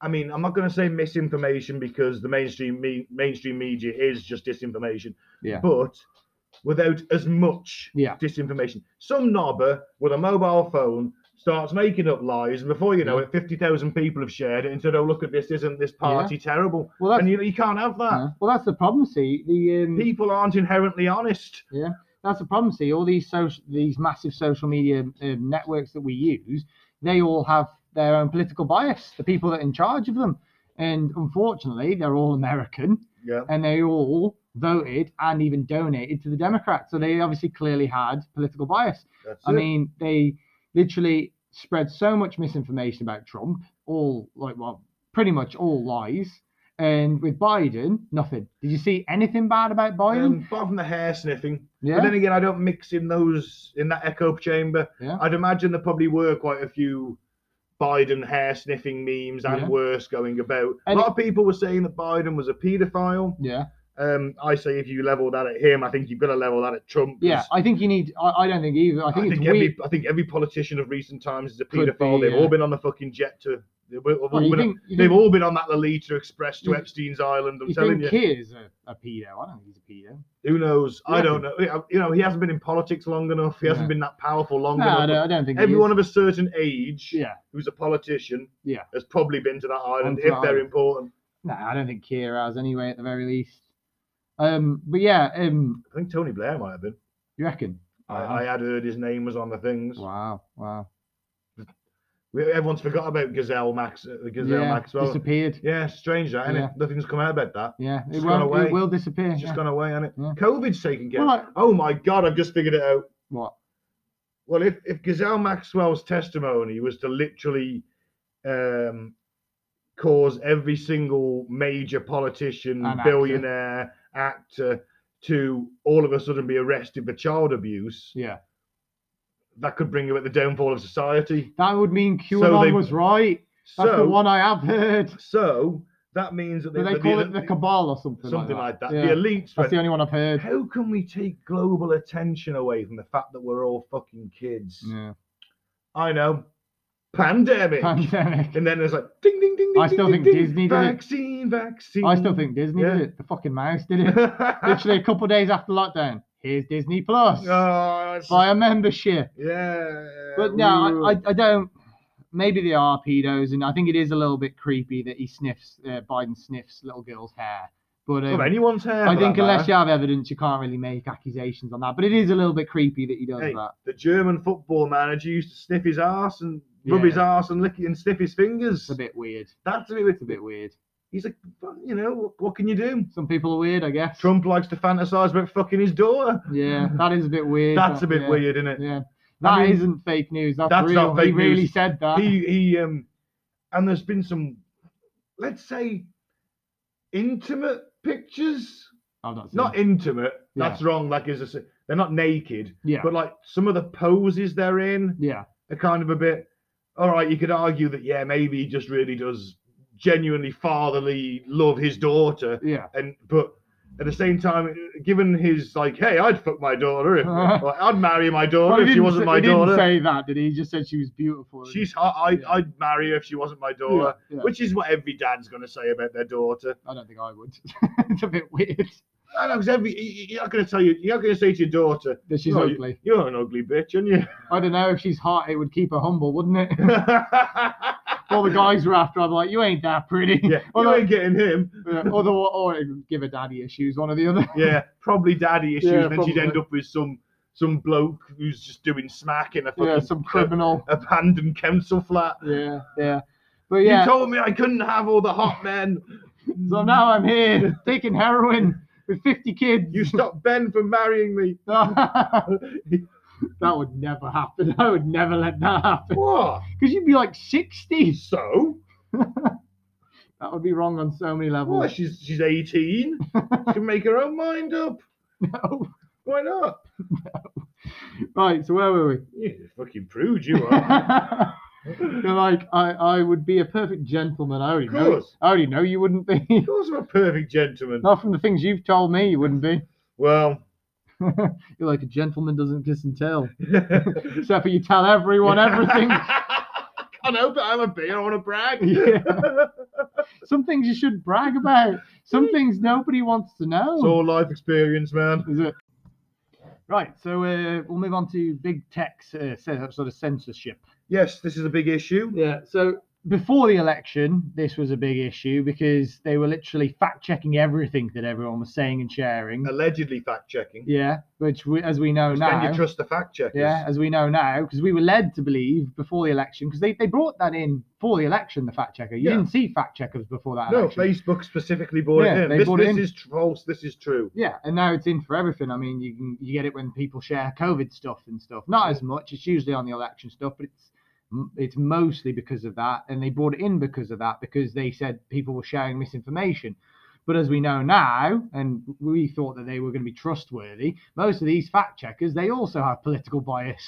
I mean, I'm not going to say misinformation because the mainstream me- mainstream media is just disinformation. Yeah. But without as much Yeah. disinformation, some knobber with a mobile phone starts making up lies, and before you know Yeah. it, fifty thousand people have shared it and said, "Oh, look at this! Isn't this party terrible?" Well, that's and you, you can't have that. yeah. well, that's the problem. See, the um, People aren't inherently honest. that's the problem. See, all these social, these massive social media um, networks that we use, they all have their own political bias. The people that are in charge of them, and unfortunately, they're all American, Yeah. and they all voted and even donated to the Democrats. So they obviously clearly had political bias. That's I it. mean, they literally spread so much misinformation about Trump, all like well, pretty much all lies. And with Biden, nothing. Did you see anything bad about Biden? Um, apart from the hair sniffing. yeah. But then again, I don't mix in those in that echo chamber. Yeah. I'd imagine there probably were quite a few Biden hair sniffing memes and Yeah. worse going about. And a lot of people were saying that Biden was a paedophile. yeah. Um, I say if you level that at him, I think you've got to level that at Trump. 'cause Yeah, I think you need. I, I don't think either. I I think think, it's every weird. I think every politician of recent times is a Could paedophile. be, They've yeah. all been on the fucking jet to. They've all, Well, you been, think, you they've think, all been on that Lolita Express to You- Epstein's Island. I'm you telling think you. he is a, a pedo? I don't think he's a pedo. Who knows? I Yeah. don't know. You know, he hasn't been in politics long enough. He Yeah. hasn't been that powerful long No, enough. I don't, I don't think he Everyone is. of a certain age Yeah, who's a politician Yeah. has probably been to that island Onto if that they're island. important. no, I don't think Kier has anyway. At the very least. Um, but yeah, um, I think Tony Blair might have been. you reckon? Wow. I, I had heard his name was on the things. wow, wow. We, everyone's forgot about Gazelle Max, uh, Gazelle yeah, Maxwell. disappeared. yeah, strange that, innit? Yeah. Nothing's come out about that. Yeah, It's it will. gone It away. will disappear. It's just yeah. gone away, innit? Yeah. COVID's taking care. Well, of I- Oh my God, I've just figured it out. what? Well, if, if Gazelle Maxwell's testimony was to literally um, cause every single major politician, An actor. billionaire, actor to all of a sudden be arrested for child abuse, Yeah, that could bring about the downfall of society. that would mean QAnon they- was right. That's the So, one I have heard. so that means that Do they that call it the cabal or something? something like that. Yeah, The elites that's went, the only one I've heard. how can we take global attention away from the fact that we're all fucking kids? Yeah. I know. pandemic. pandemic. and then there's like ding ding ding ding. I still ding, think ding, Disney did it. vaccine, vaccine. I still think Disney Yeah. did it. The fucking mouse did it. Literally a couple of days after lockdown, here's Disney Plus. oh, it's- Buy a membership. yeah. But no, I, Ooh. I, I don't. Maybe they are pedos, and I think it is a little bit creepy that he sniffs, uh, Biden sniffs little girl's hair. But um, Well, anyone's hair. I for think that unless matter. you have evidence, you can't really make accusations on that. But it is a little bit creepy that he does Hey, that. the German football manager used to sniff his ass and rub Yeah. his ass and lick it and sniff his fingers. It's a bit weird. That's a bit. It's a bit weird. He's like, "Well, you know, what, what can you do? Some people are weird, I guess. Trump likes to fantasize about fucking his daughter. Yeah, that is a bit weird. That's that- a bit yeah, weird, isn't it? Yeah, I that mean, not fake news. That's, that's real. not he fake really news. said that. He he um, and there's been some, let's say, intimate pictures. I've not seen Not it. intimate. Hmm. Yeah. That's wrong. Like is a, they're not naked, yeah, but like some of the poses they're in. yeah, are kind of a bit all right you could argue that yeah maybe he just really does genuinely fatherly love his daughter yeah. and but at the same time given his like hey i'd fuck my daughter if or i'd marry my daughter Well, he if she didn't wasn't say- my he daughter Didn't say that, did he? He just said she was beautiful. she's hot I'd, Yeah. I'd marry her if she wasn't my Yeah, daughter yeah. which is what every dad's going to say about their daughter I don't think I would. it's a bit weird i know because every you- you're not going to tell you you're not going to say to your daughter that she's No, ugly. you're an ugly bitch aren't you I don't know if she's hot. It would keep her humble, wouldn't it? All the guys were after. I'm like, you ain't that pretty. yeah Or you like- ain't getting him Yeah, or, the, or it would give her daddy issues, one or the other. Yeah, probably daddy issues. Yeah, and then she'd end probably. up with some some bloke who's just doing smack in a fucking uh, Yeah, some criminal. abandoned council flat. Yeah, yeah. But yeah, You told me I couldn't have all the hot men. so now I'm here taking heroin with 50 kids. you stopped Ben from marrying me. that would never happen. I would never let that happen. What? Because you'd be like 60. So? That would be wrong on so many levels. Well, she's she's eighteen. she can make her own mind up. No. Why not? Right, so where were we? You fucking prude you are. You're like, I, I would be a perfect gentleman. I already Of know. course. I already know you wouldn't of be. course, I'm a perfect gentleman. Not from the things you've told me, you wouldn't be. Well, You're like a gentleman doesn't kiss and tell, except for you tell everyone everything. I know, but I'm a beer. I want to brag. Yeah. Some things you should brag about. Some things nobody wants to know. It's all life experience, man. Is it? Right, so uh, we'll move on to big tech uh, se- sort of censorship. Yes, this is a big issue. Yeah, so before the election, this was a big issue because they were literally fact checking everything that everyone was saying and sharing. Allegedly fact checking. Yeah, which we, as we know now. Can you trust the fact checkers? yeah, as we know now, because we were led to believe before the election, because they, they brought that in for the election, the fact checker. You Yeah. didn't see fact checkers before that No, election. Facebook specifically bought Yeah, it in. they This, bought it this in. is false. This is true. Yeah, and now it's in for everything. I mean, you can you get it when people share COVID stuff and stuff. Not as much. It's usually on the election stuff, but it's m- it's mostly because of that. And they brought it in because of that because they said people were sharing misinformation. But as we know now, and we thought that they were going to be trustworthy, most of these fact checkers they also have political bias.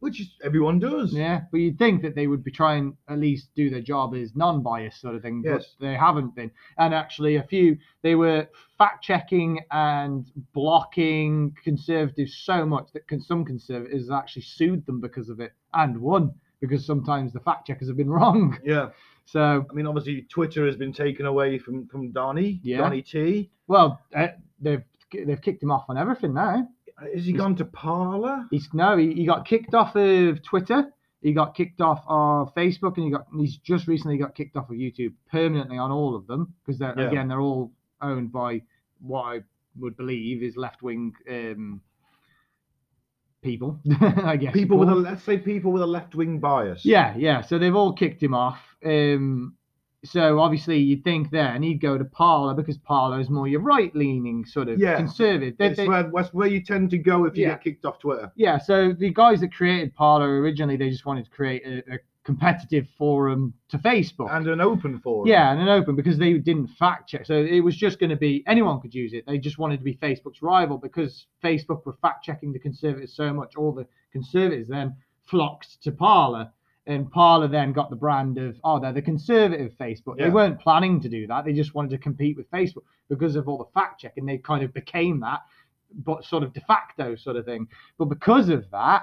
Which is, everyone does. Yeah, but you'd think that they would be trying at least do their job as non-biased sort of thing, Yes. but they haven't been. And actually, a few they were fact-checking and blocking conservatives so much that con- some conservatives actually sued them because of it and won because sometimes the fact-checkers have been wrong. Yeah. So, I mean, obviously, Twitter has been taken away from from Donny. Yeah. Donny T. well, uh, they've they've kicked him off on everything now. Has he He's- gone to Parlor? He's no, he, he got kicked off of Twitter. He got kicked off of Facebook, and he got he's just recently got kicked off of YouTube permanently on all of them because they're Yeah. again they're all owned by what I would believe is left wing um, people. I guess you People call with a them. let's say people with a left wing bias. yeah yeah. So they've all kicked him off. Um, so obviously you'd think then he'd go to Parler because Parler is more your right leaning sort of Yeah. conservative. They- That's they- where that's where you tend to go if you Yeah. get kicked off Twitter. yeah, so the guys that created Parler originally, they just wanted to create a, a competitive forum to Facebook. And an open forum. yeah, and an open because they didn't fact check. So it was just going to be anyone could use it. They just wanted to be Facebook's rival because Facebook were fact checking the conservatives so much, all the conservatives then flocked to Parler. And Parler then got the brand of, oh, they're the conservative Facebook. They Yeah. weren't planning to do that. They just wanted to compete with Facebook because of all the fact checking. They kind of became that, but sort of de facto sort of thing. But because of that,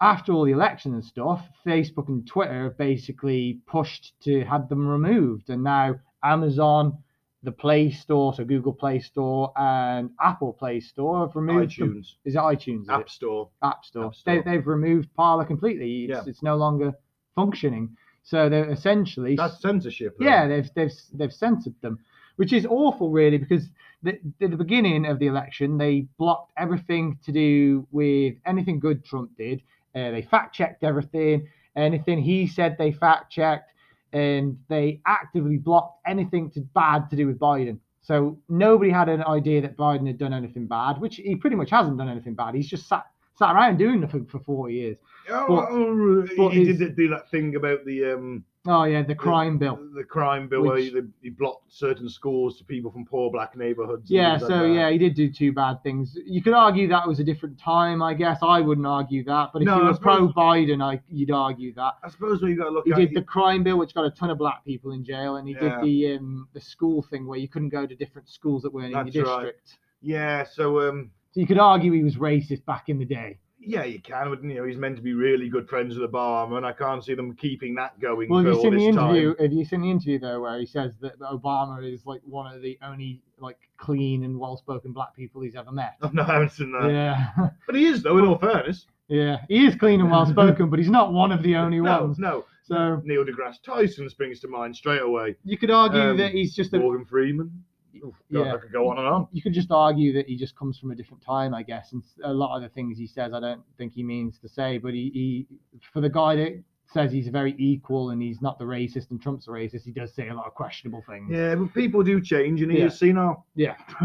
after all the election and stuff, Facebook and Twitter have basically pushed to have them removed. And now Amazon, the Play Store, so Google Play Store and Apple Play Store have removed them. iTunes, Is it iTunes? Is it? App Store. App Store. App Store. They, they've removed Parler completely. It's, it's no longer functioning. So they're essentially, That's censorship. though. yeah, they've they've they've censored them, which is awful, really, because the, at the beginning of the election they blocked everything to do with anything good Trump did. Uh, they fact checked everything, anything he said they fact checked, and they actively blocked anything to, bad to do with Biden. So nobody had an idea that Biden had done anything bad, which he pretty much hasn't done anything bad. He's just sat sat around doing nothing for forty years. Oh, But- oh, he- but he is- did do that thing about the um Oh yeah, the crime bill. the crime bill where Which- he, he blocked certain schools to people from poor black neighborhoods. and Yeah, things so like that. yeah, he did do two bad things. You could argue that was a different time, I guess. I wouldn't argue that, but if No, you I were pro suppose- Biden, I you'd argue that. I suppose what you got to look He at. did the crime bill, which got a ton of black people in jail, and he Yeah. did the um, the school thing where you couldn't go to different schools that weren't in your That's right. district. yeah, so um, So you could argue he was racist back in the day. yeah, you can, but you know, he's meant to be really good friends with Obama, and I can't see them keeping that going Well, for have you all seen the this interview? time. Have you seen the interview though, where he says that Obama is like one of the only like clean and well-spoken black people he's ever met? Oh, no, I haven't seen that. Yeah, But he is, though, in all fairness. yeah, he is clean and well-spoken, but he's not one of the only No, ones. no. So Neil deGrasse Tyson springs to mind straight away. You could argue Um, that he's just a. Morgan Freeman. Oof, God, Yeah. I could go on and on. You could just argue that he just comes from a different time, I guess. And s- a lot of the things he says, I don't think he means to say. But he, he for the guy that says he's very equal and he's not the racist and Trump's a racist, he does say a lot of questionable things. Yeah, but people do change, and he Yeah. is senile, Yeah,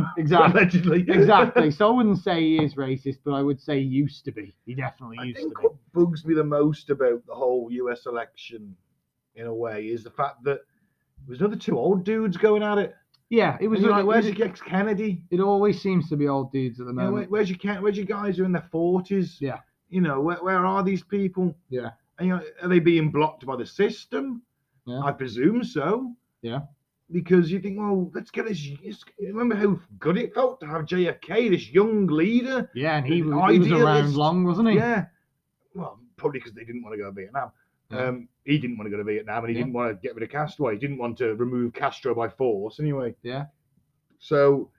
exactly. allegedly. exactly. So I wouldn't say he is racist, but I would say he used to be. He definitely I used think to what bugs me the most about the whole US election, in a way, is the fact that there was another two old dudes going at it. be. Yeah, it It was was. like, it, where's was- your ex Kennedy? it always seems to be old dudes at the You know, where- moment. where's your Ken- where's your guys who are in their forties? Yeah. You know, where, where are these people? Yeah. And, you know, are they being blocked by the system? Yeah. I presume so. Yeah. Because you think, well, let's get this. let's- Remember how good it felt to have JFK, this young leader. Yeah, and he, the was- he was around idealist. long, wasn't he? Yeah. Well, probably because they didn't want to go to Vietnam. Yeah. Um, he didn't want to go to Vietnam, and he Yeah. didn't want to get rid of Castaway. He didn't want to remove Castro by force, anyway. Yeah. So,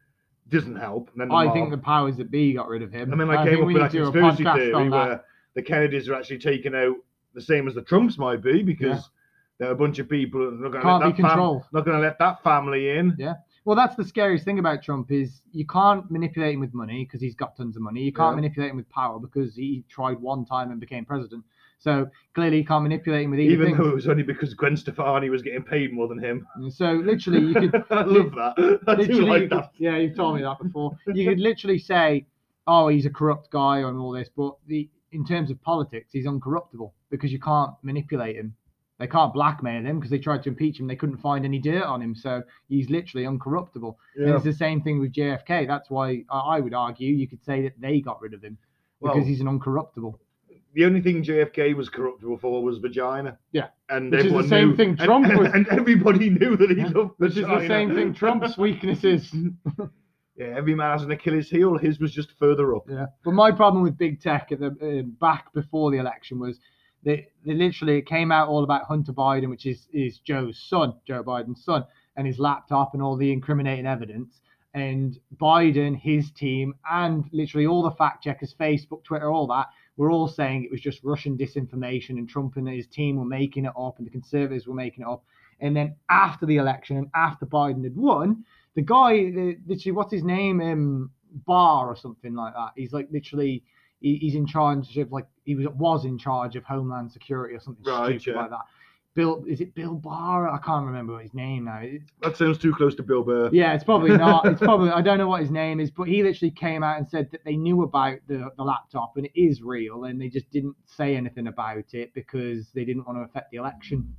doesn't help. And then the I mob. think the powers that be got rid of him. I mean, I, think came up we with need a to do conspiracy podcast theory on that. where the Kennedys are actually taken out the same as the Trumps might be because there are a bunch of people that are not going to Can't let be that fam- controlled. not going to let that family in. Yeah. Well, that's the scariest thing about Trump is you can't manipulate him with money because he's got tons of money. You can't Yeah. manipulate him with power because he tried one time and became president. So clearly, you can't manipulate him with either Even thing. though it was only because Gwen Stefani was getting paid more than him. So literally, you could I love that. I do literally, you like could- that. yeah, you've told me that before. You could literally say, "Oh, he's a corrupt guy" and all this, but the in terms of politics, he's uncorruptible because you can't manipulate him. They can't blackmail him because they tried to impeach him. They couldn't find any dirt on him, so he's literally uncorruptible. And Yeah. it's the same thing with JFK. That's why I I would argue you could say that they got rid of him Well, because he's an uncorruptible. the only thing JFK was corruptible for was vagina. Yeah. and Which is the everyone same knew- thing and- Trump and, was- and everybody knew that he Yeah. loved Which is vagina. the same thing Trump's weaknesses. Yeah, every man has an Achilles heel. His was just further up. Yeah. But my problem with big tech at the uh, back before the election was they, they literally it came out all about Hunter Biden, which is is Joe's son, Joe Biden's son, and his laptop and all the incriminating evidence. And Biden, his team, and literally all the fact checkers, Facebook, Twitter, all that, were all saying it was just Russian disinformation and Trump and his team were making it up and the conservatives were making it up. And then after the election and after Biden had won, the guy, the, literally, what's his name? Um, Barr or something like that. He's like literally, he, he's in charge of like he was was in charge of Homeland Security or something Right, stupid yeah. like that. Bill, is it Bill Barr? I can't remember what his name now. It- That sounds too close to Bill Burr. yeah, it's probably not. It's probably I don't know what his name is, but he literally came out and said that they knew about the, the laptop and it is real, and they just didn't say anything about it because they didn't want to affect the election.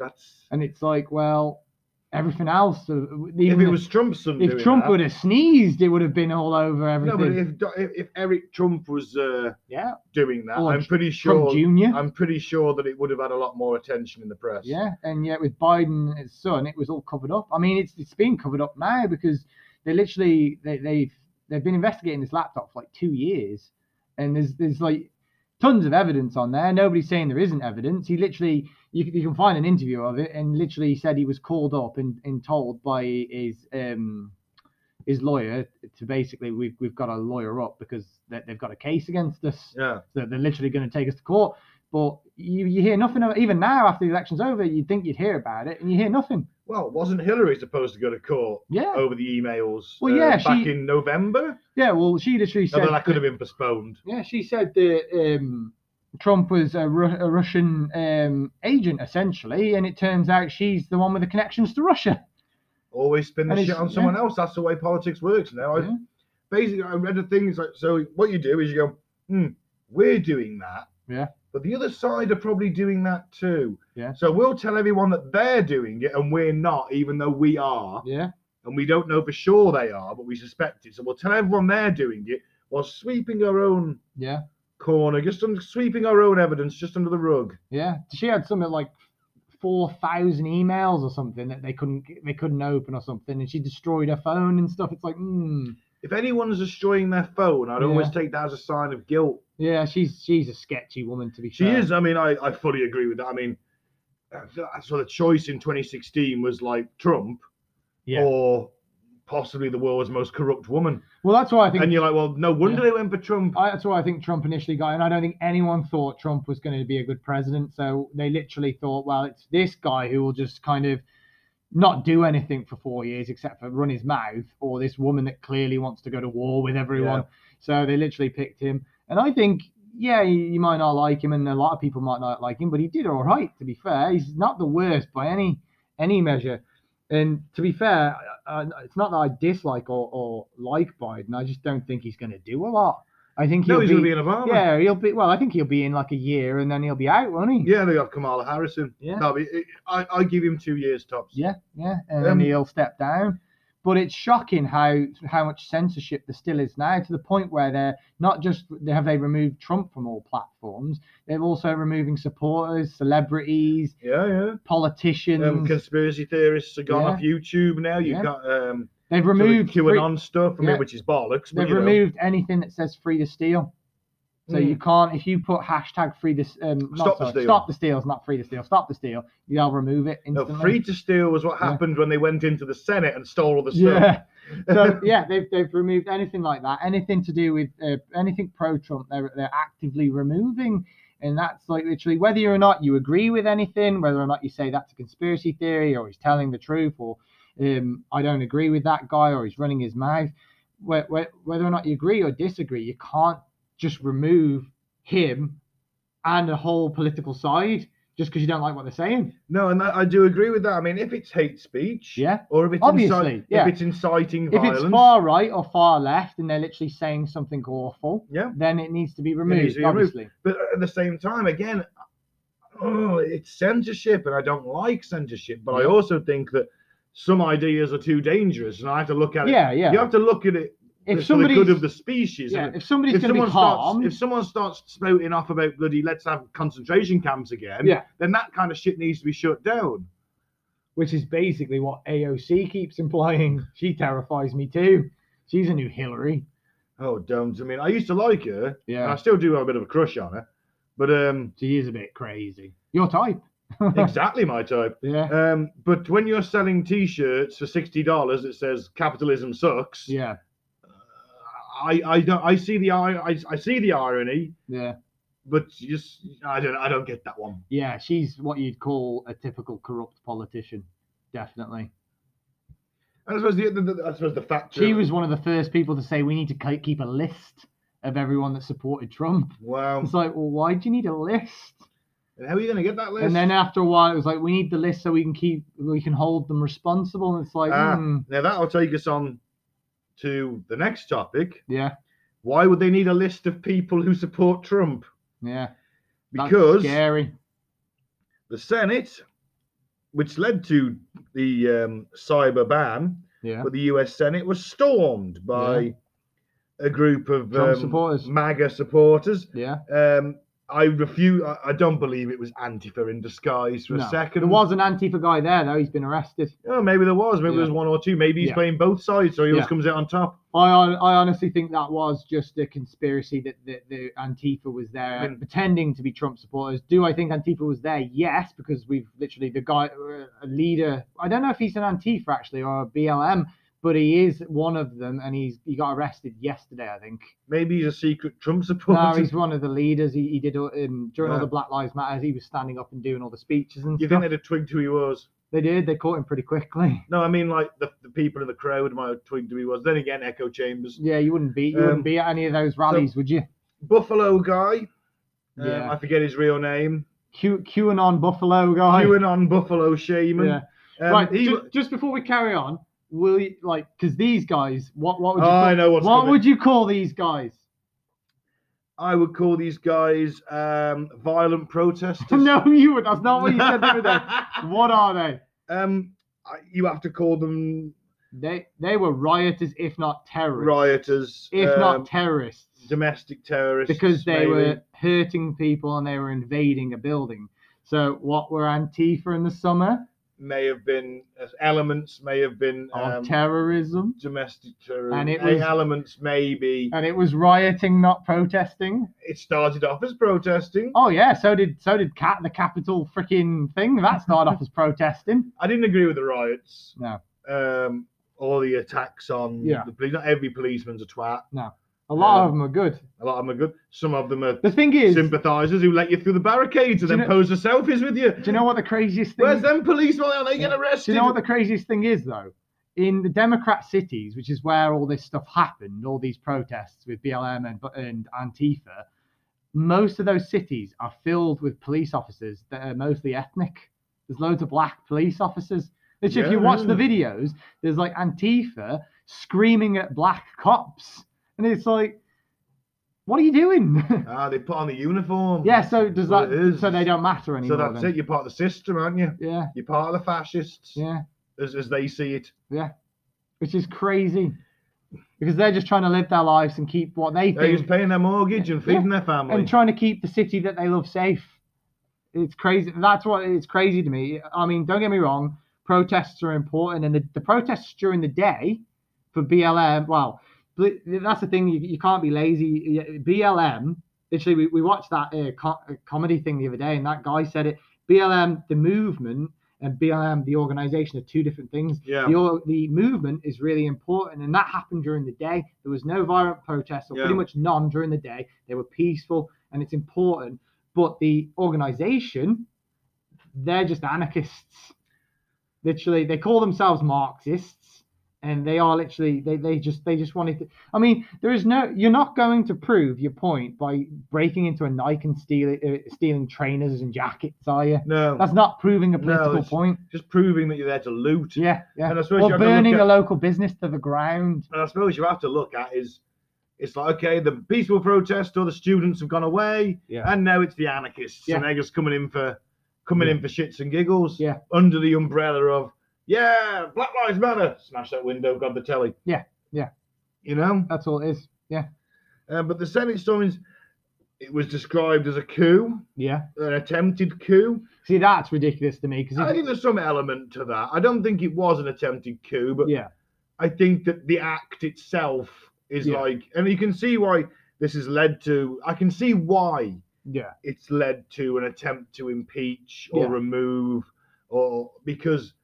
That's And it's like, well, everything else. uh, if Even it if, was Trump's son if doing Trump that- would have sneezed, it would have been all over no, everything. but if, Do- if if Eric Trump was uh, yeah, doing that, Or I'm pretty Oh, Trump sure Junior. I'm pretty sure that it would have had a lot more attention in the press. Yeah, and yet with Biden and his son, it was all covered up. I mean, it's it's been covered up now because they literally they, they've they've been investigating this laptop for like two years, and there's there's like tons of evidence on there. Nobody's saying there isn't evidence. He literally, you, can- you can find an interview of it, and literally said he was called up and, and told by his um his lawyer to basically we've we've got a lawyer up because they, they've got a case against us. Yeah. So they're literally going to take us to court. But you, you hear nothing of, even now after the election's over. You'd think you'd hear about it, and you hear nothing. Well, wasn't Hillary supposed to go to court Yeah, over the emails uh, Well, yeah, back she- in November? yeah. Well, she literally said Although that could have been postponed. Yeah, she said that um, Trump was a, Ru- a Russian um, agent essentially, and it turns out she's the one with the connections to Russia. Always spin the And shit it's- on yeah. someone else. That's the way politics works now. I, Yeah. basically I read a thing. It's like, so what you do is you go, hmm, we're doing that. Yeah. But the other side are probably doing that too. Yeah. So we'll tell everyone that they're doing it and we're not, even though we are. Yeah, And we don't know for sure they are, but we suspect it. So we'll tell everyone they're doing it while sweeping our own yeah, corner, just un- sweeping our own evidence just under the rug. yeah. She had something like four thousand emails or something that they couldn't they couldn't open or something, and she destroyed her phone and stuff. It's like, mm, If anyone's destroying their phone, I'd always Yeah. take that as a sign of guilt. yeah, she's she's a sketchy woman to be She fair. is. I mean, I, I fully agree with that. I mean, uh, so the choice in 2016 was like Trump Yeah. or possibly the world's most corrupt woman. Well, that's why I think And you're like, well, no wonder they went for Trump. I, that's why I think Trump initially got in. I don't think anyone thought Trump was going to be a good president. So they literally thought, well, it's this guy who will just kind of not do anything for four years except for run his mouth, or this woman that clearly wants to go to war with everyone. Yeah. So they literally picked him. And I think, yeah, you you might not like him, and a lot of people might not like him, but he did all right. To be fair, he's not the worst by any any measure. And to be fair, I, I, it's not that I dislike or, or like Biden. I just don't think he's going to do a lot. I think he'll no, he's be, going to be an Obama. yeah, he'll be well. I think he'll be in like a year, and then he'll be out, won't he? Yeah, they got Kamala Harrison. Yeah. That'll be, I, I give him two years tops. Yeah, yeah, and then Um, he'll step down. But it's shocking how how much censorship there still is now, to the point where they're not just they have they removed Trump from all platforms, they're also removing supporters, celebrities, Yeah, yeah. politicians. Um, conspiracy theorists are gone Yeah. off YouTube now. You've Yeah. got um, they've sort of removed free- QAnon stuff, I Yeah. mean, which is bollocks. But, they've you know. removed anything that says free to steal. So Mm. you can't if you put hashtag free to s- um, not, Stop the sorry, steal. stop the steal, it's not free to steal, stop the steal. They'll remove it No, instantly. free to steal was what Yeah. happened when they went into the Senate and stole all the stuff. Yeah. So yeah, they've they've removed anything like that, anything to do with uh, anything pro Trump. They're they're actively removing, and that's like literally whether or not you agree with anything, whether or not you say that's a conspiracy theory or he's telling the truth or um, I don't agree with that guy or he's running his mouth. Whe- whe- Whether or not you agree or disagree, you can't just remove him and a whole political side just because you don't like what they're saying. No, and that, I do agree with that. I mean, if it's hate speech, Yeah. or if it's Obviously, inci- yeah. if it's inciting If violence, it's far right or far left and they're literally saying something awful, yeah. then it needs to be needs removed, to be removed. obviously. But at the same time, again, oh, it's censorship, and I don't like censorship. But I Yeah. also think that some ideas are too dangerous, and I have to look at it. Yeah, yeah. You have to look at it if for the somebody, good of the species. yeah, and if somebody's if going to someone be starts, harmed, if someone starts spouting off about bloody let's have concentration camps again, Yeah. then that kind of shit needs to be shut down. which is basically what AOC keeps implying, she terrifies me too. She's a new Hillary. Oh, don't. I mean, I used to like her, and I Yeah, still do have a bit of a crush on her, but um, she is a bit crazy. Your type. exactly my type. Yeah, Um, but when you're selling T-shirts for sixty dollars that says "Capitalism sucks," Uh, yeah, I, I don't I see the ir- I, I see the irony, yeah, but you just I don't I don't get that one. yeah. She's what you'd call a typical corrupt politician, definitely. And I suppose the, the, the I suppose the fact She that- was one of the first people to say we need to ke- keep a list of everyone that supported Trump. wow. It's like, well, why do you need a list? And how are you going to get that list? And then uh, after a while, it was like, we need the list so we can keep, we can hold them responsible. And it's like, Ah. hmm, now that'll take us on to the next topic. yeah, Why would they need a list of people who support Trump? yeah. that's Because scary. the Senate, which led to the um, cyber ban, Yeah. but the U.S. Senate was stormed by a group of Trump um, supporters. MAGA supporters. Yeah. Um, I refuse. I, I don't believe it was Antifa in disguise for No. a second. There was an Antifa guy there, though. He's been arrested. Oh, maybe there was. Maybe Yeah. there's one or two. Maybe he's Yeah. playing both sides, so he always Yeah. comes out on top. I, hon- I honestly think that was just a conspiracy that the, the Antifa was there Mm. pretending to be Trump supporters. Do I think Antifa was there? Yes, because we've literally the guy, uh, a leader. I don't know if he's an Antifa actually or a BLM, but he is one of them, and he's he got arrested yesterday, I think. Maybe he's a secret Trump supporter. No, he's one of the leaders. He, he did all- um, during all Yeah. the Black Lives Matters. He was standing up and doing all the speeches and you stuff. think they'd have twigged who he was? They did. They caught him pretty quickly. No, I mean like the, the people in the crowd might have twigged who he was. Then again, echo chambers. Yeah, you wouldn't be you Um, wouldn't be at any of those rallies, would you? Buffalo guy. um, Yeah. I forget his real name. Q QAnon Buffalo guy. QAnon Buffalo Shaman. Yeah. Um, right. he ju- wa- just before we carry on, will you like because these guys? What what would you? Oh, call, I know what's What coming. would you call these guys? I would call these guys um, violent protesters. no, you would. That's not what you said the other day. What are they? um, I- you have to call them They they were rioters, if not terrorists. rioters, If um, not terrorists. domestic terrorists, because they maybe. were hurting people and they were invading a building. So what were Antifa in the summer? may have been uh, elements, may have been Of um, terrorism. domestic terrorism. And it A- was- Uh, elements, maybe And it was rioting, not protesting. it started off as protesting. Oh yeah, so did so did Cat the capital freaking thing. That started off as protesting. I didn't agree with the riots. No. Um, all the attacks on Yeah. the police. Not every policeman's a twat. A lot of Um, them are good. A lot of them are good. Some of them are The thing is, do sympathisers who let you through the barricades and Do you then know- pose the selfies with you. you know what the craziest thing? Where's them policemen? Are they Yeah. get Do arrested? you know what the craziest thing is though? In the Democrat cities, which is where all this stuff happened, all these protests with BLM and, and Antifa, most of those cities are filled with police officers that are mostly ethnic. There's loads of black police officers. Which, if you watch the Yeah. videos, there's like Antifa screaming at black cops, and it's like, what are you doing? Ah, they put on the uniform. yeah. So does Well, it that? is. So they don't matter So anymore. that's then. it. You're part of the system, aren't you? Yeah. You're part of the fascists, Yeah. as, as they see it. which is crazy because they're just trying to live their lives and keep what they They're just think paying their mortgage and feeding their family. and trying to keep the city that they love safe. It's crazy. That's what it's crazy to me. I mean, don't get me wrong, protests are important, and the, the protests during the day for BLM. Well, bl- that's the thing. You, you can't be lazy. BLM. Literally, we, we watched that uh, co- uh, comedy thing the other day, and that guy said it. BLM, the movement, and BLM, the organization, are two different things yeah. the, or- the movement is really important and that happened during the day there was no violent protests or Yeah. pretty much none during the day they were peaceful and it's important but the organization they're just anarchists literally they call themselves marxists and they are literally they, they just they just wanted to i mean there is no you're not going to prove your point by breaking into a nike and stealing uh, stealing trainers and jackets are you No, that's not proving a No, political it's- point just proving that you're there to loot. yeah yeah And I suppose you or have to look burning at- a local business to the ground. And I suppose you have to look at is it's like okay, the peaceful protest or the students have gone away, Yeah. and now it's the anarchists, Yeah. and they're just coming in for coming in for shits and giggles, Yeah. under the umbrella of yeah, Black Lives Matter, smash that window, grab the telly, Yeah, yeah. you know. That's all it is. Yeah. Uh, but the Senate stormings, it was described as a coup, Yeah. an attempted coup. See, that's ridiculous to me I because think there's some element to that. I don't think it was an attempted coup, but yeah, I think that the act itself is Yeah. like, and you can see why this has led to. I can see why yeah, it's led to an attempt to impeach or Yeah. remove, or because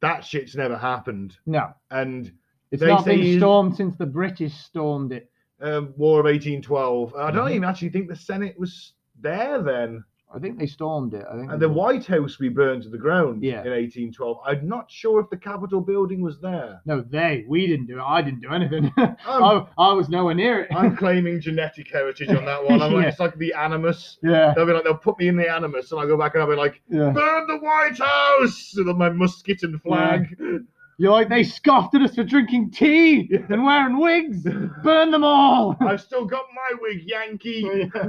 that shit's never happened. no, And it's They not say- been stormed since the British stormed it. um, War of 1812. I don't Mhm. even actually think the Senate was there then. I think they stormed it. I think. And they the did. White House we burned to the ground Mm-hmm. Yeah. in 1812. I'm not sure if the Capitol building was there. No, they. We didn't do it. I didn't do anything. I'm, I, I was nowhere near it. I'm claiming genetic heritage on that one. I'm like, Yeah. it's like the animus. yeah, They'll be like, they'll put me in the animus, and I'll go back and I'll be like, yeah. burn the White House with my musket and flag. You're like they scoffed at us for drinking tea Yeah. and wearing wigs. Burn them all. I've still got my wig, Yankee.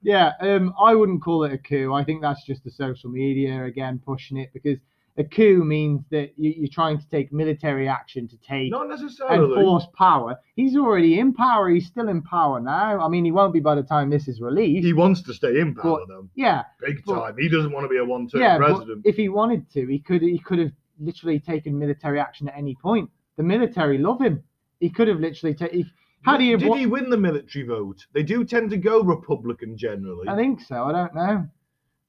Yeah, um, I wouldn't call it a coup. I think that's just the social media again pushing it because a coup means that you, you're trying to take military action to take Not and necessarily. force power. He's already in power. He's still in power now. I mean, he won't be by the time this is released. He wants to stay in power, though, yeah, big but- time. He doesn't want to be a one-term yeah. but president. if he wanted to, he could. He could have literally taken military action at any point. The military love him. He could have literally taken. Had he, have Did wa- he win the military vote? They do tend to go Republican generally. I think so. I don't know.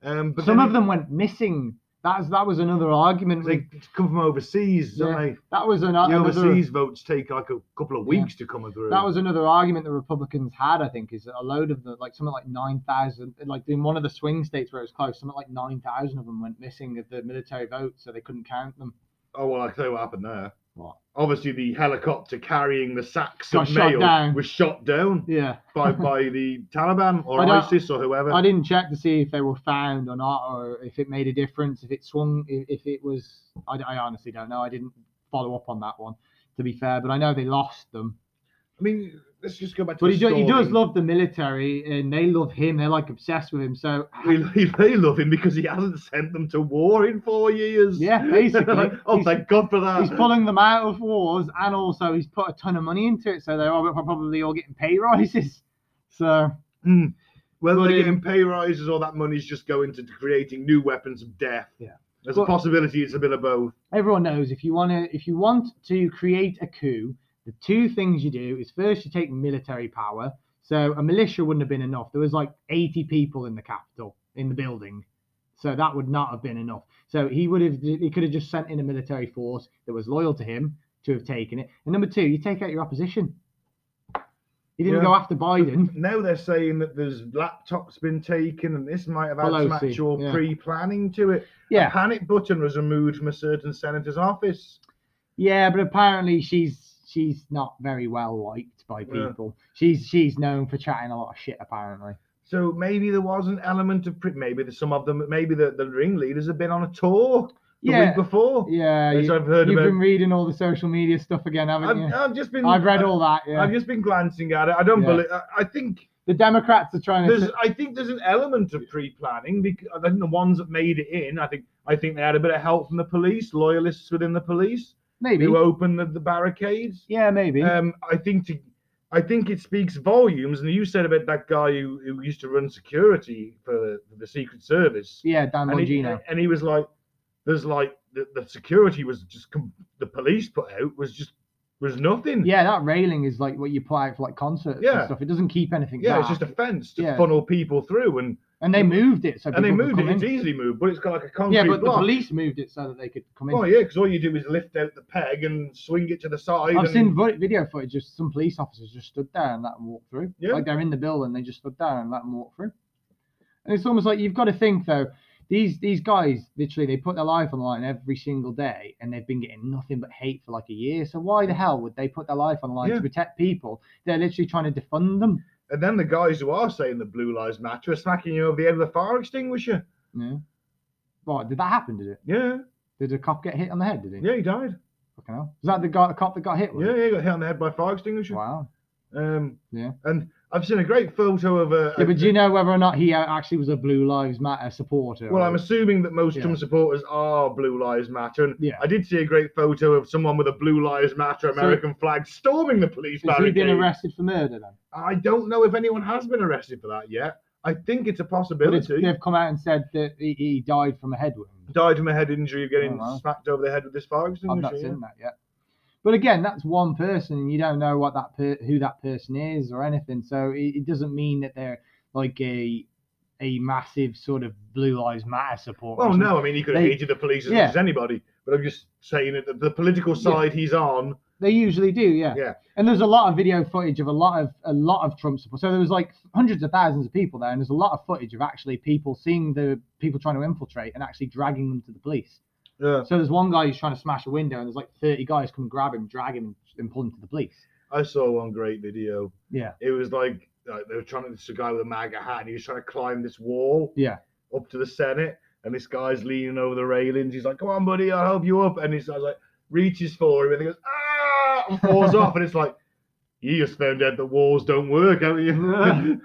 um, but Some then of them went missing. That's that was another argument. they with- come from overseas, don't Yeah. they? that was an, uh, The another overseas votes take like a couple of Yeah. weeks to come through. That was another argument the Republicans had, I think, is that a load of the, like something like 9,000, like in one of the swing states where it was close, something like 9,000 of them went missing of the military vote, so they couldn't count them. Oh well, I tell you what happened there. What? Obviously, the helicopter carrying the sacks Got of shot mail down. was shot down Yeah. by, by the Taliban or I don't- ISIS or whoever. I didn't check to see if they were found or not, or if it made a difference, if it swung, i- if it was. I, I honestly don't know. I didn't follow up on that one, to be fair, but I know they lost them. I mean, let's just go back to. But the he, do, he does story. love the military, and they love him. They're like obsessed with him. So They, they love him because he hasn't sent them to war in four years. Yeah, basically. Like, oh, He's- thank God for that. he's pulling them out of wars and also he's put a ton of money into it so they're all, probably all getting pay rises so Mm. Whether But, they're um, getting pay rises or that money's just going to creating new weapons of death. Yeah. There's a But- possibility it's a bit of both. everyone knows if you want to if you want to create a coup the two things you do is first you take military power so a militia wouldn't have been enough there was like 80 people in the capital in the building so that would not have been enough so he would have he could have just sent in a military force that was loyal to him to have taken it and number two you take out your opposition he didn't Yeah. go after biden Now they're saying that there's laptops been taken and this might have had some Pelosi, actual yeah. pre planning to it. Yeah. A panic button was removed from a certain senator's office. Yeah, but apparently she's she's not very well liked by Yeah. people. She's she's known for chatting a lot of shit apparently. So maybe there was an element of pre- maybe there's some of them maybe the, the ringleaders have been on a tour the Yeah. week before. Yeah, As you, I've heard you've about. been reading all the social media stuff again, haven't I've, you? I've just been I've read I- all that. Yeah, I've just been glancing at it. I don't Yeah. believe. I, I think the Democrats are trying there's. to. I think there's an element of pre-planning because I think the ones that made it in. I think. I think they had a bit of help from the police, loyalists within the police Maybe. who opened the, the barricades. Yeah, maybe. Um, I think to. I think it speaks volumes. And you said about that guy who, who used to run security for the Secret Service. yeah, Dan and, he, Longino. and he was like, "There's like the, the security was just com- the police put out was just was nothing. Yeah, that railing is like what you put out for like concerts Yeah. and stuff. It doesn't keep anything. Yeah, back. it's just a fence to Yeah. funnel people through, and and they moved it so and they people could moved it. come It's in. easily moved, but it's got like a concrete Yeah, but the block. police moved it so that they could come in. Oh yeah, because all you do is lift out the peg and swing it to the side. I've and- seen vo- video footage. Just some police officers just stood there and let them walk through. Yeah. Like they're in the building, they just stood there and let them walk through. And it's almost like you've got to think though. These these guys literally they put their life on the line every single day, and they've been getting nothing but hate for like a year. So why the hell would they put their life on the line Yeah. to protect people? They're literally trying to defund them. and then the guys who are saying the blue lives matter are smacking you over the head with a fire extinguisher. You know? Right? Did that happen? Did it? Yeah, Did a cop get hit on the head? Did he? yeah, he died. Fucking hell. Was that the guy, the cop that got hit? with Yeah, it? yeah, he got hit on the head by a fire extinguisher. Wow. Um, Yeah. and I've seen a great photo of a. Yeah, but do a- you know whether or not he uh, actually was a Blue Lives Matter supporter? Well, or- I'm assuming that most Yeah. Trump supporters are Blue Lives Matter, and Yeah. I did see a great photo of someone with a Blue Lives Matter American flag storming the police Has he barricade. been arrested for murder then? I don't know if anyone has been arrested for that yet. I think it's a But it's, possibility. they've come out and said that he, he died from a head wound. Died from a head injury, of getting Oh, wow. smacked over the head with this fire extinguisher. I've not yeah. seen that yet. But again, that's one person, and you don't know what that per- who that person is or anything. So it, it doesn't mean that they're like a a massive sort of Blue Lives Matter supporter. Well, or something. Oh, no, I mean he could have They- hated the police as yeah. much as anybody, but I'm just saying that the, the political Yeah. side he's on. They usually do, yeah. Yeah. And there's a lot of video footage of a lot of a lot of Trump support. So there was like hundreds of thousands of people there, and there's a lot of footage of actually people seeing the people trying to infiltrate and actually dragging them to the police. Yeah. So there's one guy who's trying to smash a window, and there's like 30 guys come grab him, drag him, and pull him to the police. I saw one great video. Yeah. It was like, like they were trying to this guy with a MAGA hat, and he was trying to climb this wall. Yeah. Up to the Senate, and this guy's leaning over the railings. He's like, "Come on, buddy, I'll help you up." And he's like, reaches for him, and he goes, "Ah!" and falls off, and it's like. You just found out that walls don't work, haven't you?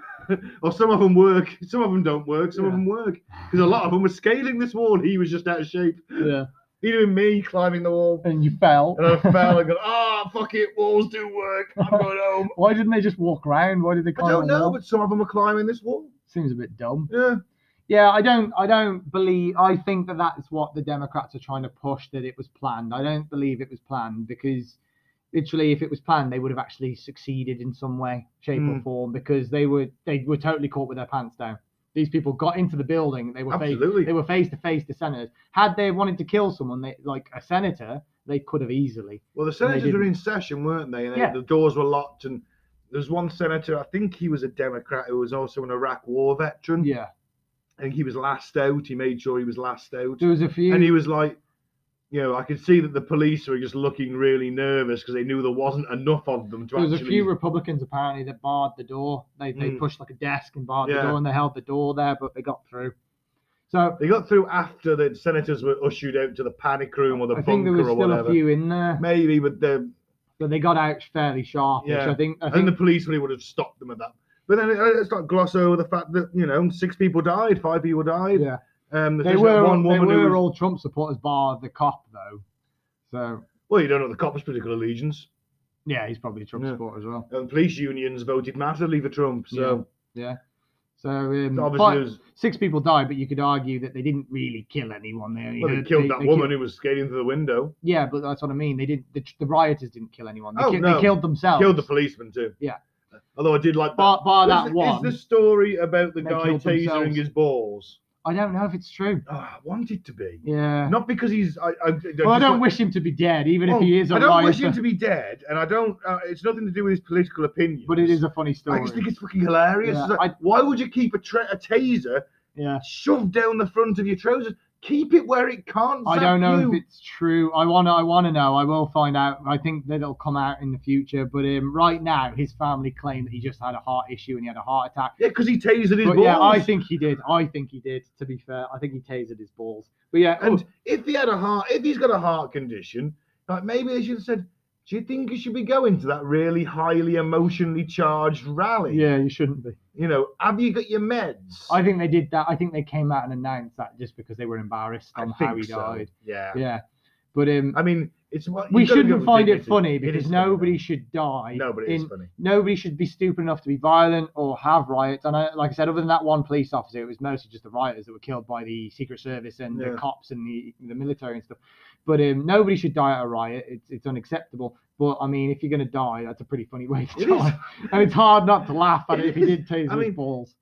or some of them work, some of them don't work, some of Yeah. them work. Because a lot of them were scaling this wall, he was just out of shape. Yeah. He'd have been me climbing the wall. and you fell. And I fell and go, ah, fuck it, walls do work. I'm going home. Why didn't they just walk around? Why did they climb? I don't a know, wall? but some of them are climbing this wall. Seems a bit dumb. Yeah. Yeah, I don't, I don't believe. I think that that's what the Democrats are trying to push. That it was planned. I don't believe it was planned because, literally, if it was planned, they would have actually succeeded in some way, shape, or Mm. form because they were they were totally caught with their pants down. These people got into the building. They were face, Absolutely. they were face to face to senators. Had they wanted to kill someone, they, like a senator, they could have easily. Well, the they senators were didn't. in session, weren't they? And they- Yeah. the doors were locked. And there's one senator, I think he was a Democrat, who was also an Iraq war veteran. Yeah, I think he was last out. He made sure he was last out. there was a few. And he was like, you know, I could see that the police were just looking really nervous because they knew there wasn't enough of them to there was actually. a few Republicans apparently that barred the door. They they Mm. pushed like a desk and barred the Yeah. door and they held the door there, but they got through. So They got through after the senators were ushered out to the panic room or the I think there bunker was or still whatever. a few in there, Maybe, but the, but they got out fairly sharp. Yeah. I think I I think think the police really would have stopped them at that. But then it- let's not gloss over the fact that you know six people died, five people died. yeah. Um, they there's were that one they woman who were was- all Trump supporters barred the cop though. So well, you don't know the cops' political allegiance. yeah, he's probably a Trump Yeah. supporter as well. And police unions voted massively for Trump, so Yeah. So um, obviously five- it was, six people died, but you could argue that they didn't really kill anyone. They only well, they hurt- killed they- that they woman who was skating through the window. Yeah, but that's what I mean. They didn't. The, the rioters didn't kill anyone. They, Oh, ki- no. they killed themselves. Killed the policeman too. Yeah. Although I did like bar, bar that. that Is- one. is the story about the They guy killed tasering themselves. his balls? I don't know if it's true. Oh, I want it to be. Yeah. Not because he's. I, I, I just well, I don't want- wish him to be dead, even if Oh, he is a I don't wish rioter. him to be dead, and I don't. Uh, it's nothing to do with his political opinion. But it is a funny I story. just think it's fucking hilarious. Yeah, It's like, I- why would you keep a, tra- a taser yeah. shoved down the front of your trousers? Keep it where it can't. I zap don't know you. if it's true. I wanna. I wanna know. I will find out. I think that it'll come out in the future. But um, right now, his family claim that he just had a heart issue and he had a heart attack. Yeah, because he tasered his But balls. yeah, I think he did. I think he did. To be fair, I think he tasered his balls. But yeah, oh, And if he had a heart, if he's got a heart condition, like maybe they should have said, "Do you think you should be going to that really highly emotionally charged rally? oh, yeah, you shouldn't be. You know, have you got your meds? I think they did that. I think they came out and announced that just because they were embarrassed I on think how he so. died. Yeah. Yeah, but um, I mean, it's what we you've gotta go shouldn't with find it dignity. funny It because is funny, though. nobody should die. No, but it is in- funny. Nobody should be stupid enough to be violent or have riots. And I, like I said, other than that one police officer, it was mostly just the rioters that were killed by the Secret Service and Yeah. the cops and the, the military and stuff. But um, nobody should die at a riot. It's, it's unacceptable. But I mean, if you're going to die, that's a pretty funny way to It die. is. and it's hard not to laugh at It it, if he is. did taser I his mean, balls.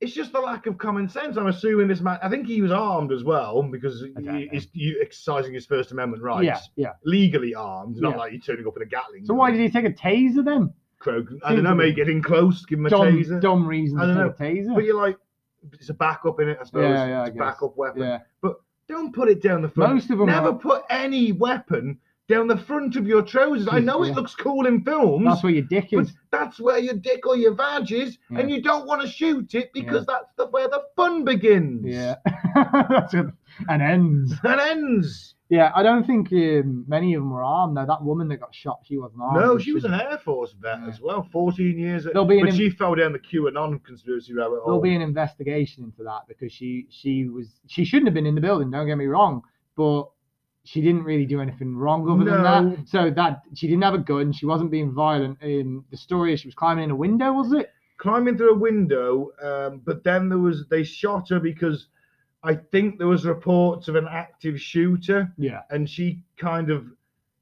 It's just the lack of common sense. I'm assuming this man. I think he was armed as well because I don't he, he's you exercising his First Amendment rights. Yeah, yeah. Legally armed, not Yeah. like you're turning up with a Gatling. So why did he take a taser then? Crow? I don't Seems know. to be- Maybe getting close, give him a Dumb, taser. dumb reason I to don't take a taser. But you're like, it's a backup in it, I suppose. Yeah, yeah, I it's a guess. backup weapon. yeah, Don't put it down the front. most of them. Never are- put any weapon down the front of your trousers. I know Yeah. it looks cool in films, That's where your dick but is. that's where your dick or your vag is, and you don't want to shoot it because that's the, where the fun begins Yeah, that's what, and ends. and ends. Yeah, I don't think um, many of them were armed. Though that woman that got shot, she wasn't armed. no, was she was an Air Force vet Oh, Yeah. as well, 14 years. There'll be an but in- she fell down the QAnon conspiracy rabbit hole. There'll be an investigation into that because she she was she shouldn't have been in the building. Don't get me wrong, but she didn't really do anything wrong other than No. that. So that she didn't have a gun. She wasn't being violent. In the story, is she was climbing in a window, was it? climbing through a window. Um, but then there was they shot her because I think there was reports of an active shooter, Yeah. and she kind of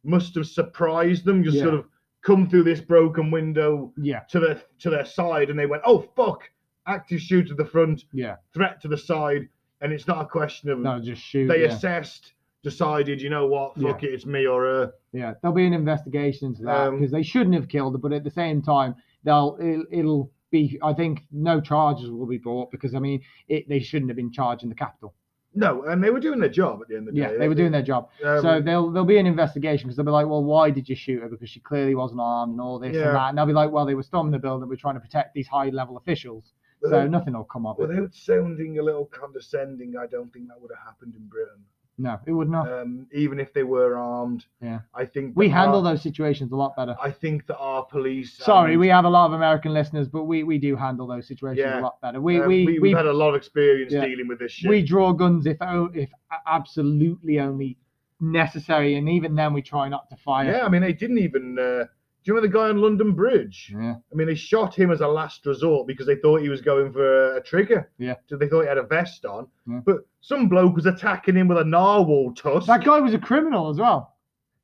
must have surprised them, just Yeah. sort of come through this broken window Yeah. to their to their side, and they went, "Oh fuck, active shooter at the front, Yeah. threat to the side," and it's not a question of No, just shoot. they yeah. assessed, decided, you know what, fuck it, it's me or her. Yeah, there'll be an investigation into that Um, because they shouldn't have killed her, but at the same time, they'll it'll, it'll be. I think no charges will be brought because I mean it, they shouldn't have been charging the capital. No, and they were doing their job at the end of the Yeah, day. they were doing their job. Um, so there'll there'll be an investigation because they'll be like, well, why did you shoot her? Because she clearly wasn't armed and all this Yeah. and that. And they'll be like, well, they were storming the building. We're trying to protect these high level officials, but so they- nothing will come of it. Without sounding a little condescending, I don't think that would have happened in Britain. No, it would not. Um, even if they were armed, Yeah. I think We that handle our, those situations a lot better. I think that our police. Sorry, and, we have a lot of American listeners, but we, we do handle those situations Yeah. a lot better. uh, We we, we've we had a lot of experience Yeah. dealing with this shit. We draw guns if o- if a- absolutely only necessary, and even then we try not to fire. Yeah, I mean, they didn't even. Uh, do you remember the guy on London Bridge? Yeah. I mean, they shot him as a last resort because they thought he was going for a trigger. Yeah. So they thought he had a vest on. Yeah. But some bloke was attacking him with a narwhal tusk. That guy was a criminal as well,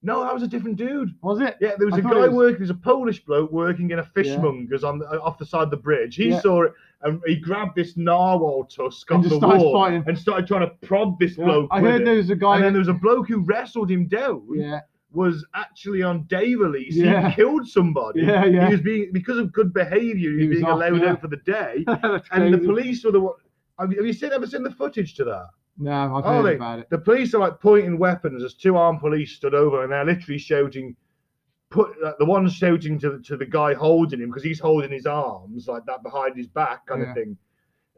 no, that was a different dude. was it? Yeah, there was I a thought it guy was- working. There's a Polish bloke working in a fishmonger's on the, uh, off the side of the bridge. He Yeah. saw it and he grabbed this narwhal tusk And off just the started wall fighting. and started trying to prod this Yeah. bloke. I with heard it. there was a guy. And then that- there was a bloke who wrestled him down. yeah, Was actually on day release. Yeah. He killed somebody. yeah, yeah. He was being because of good behaviour. He, was He was being off, allowed yeah. out for the day, That's and the crazy. police were the one. Have you, have you seen ever seen the footage to that? No, I've Oh, heard they- about it. The police are like pointing weapons as two armed police stood over, and they're literally shouting. Put like, the one shouting to the, to the guy holding him because he's holding his arms like that behind his back kind Yeah. of thing.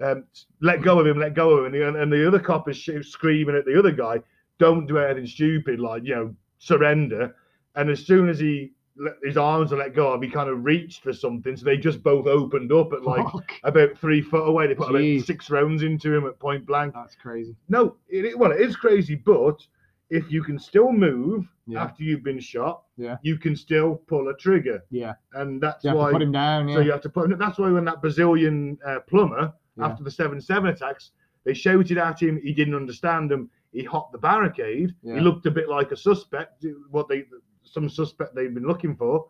Um, let go of him, let go of him, and the, and the other cop is sh- screaming at the other guy, "Don't do anything stupid, like you know, surrender." And as soon as he let, his arms were let go of, he kind of reached for something, so they just both opened up at like Fuck, about three foot away. They put Jeez. about six rounds into him at point blank. that's crazy. No, it, it- well, it is crazy, but if you can still move Yeah. after you've been shot, Yeah. you can still pull a trigger. Yeah. And that's You have why. to put him down. Yeah. So you have to put him. That's why when that Brazilian uh, plumber, Yeah. after the 7 7 attacks, they shouted at him. He didn't understand them. He hopped the barricade. Yeah. He looked a bit like a suspect, uh, what they, some suspect they've been looking for.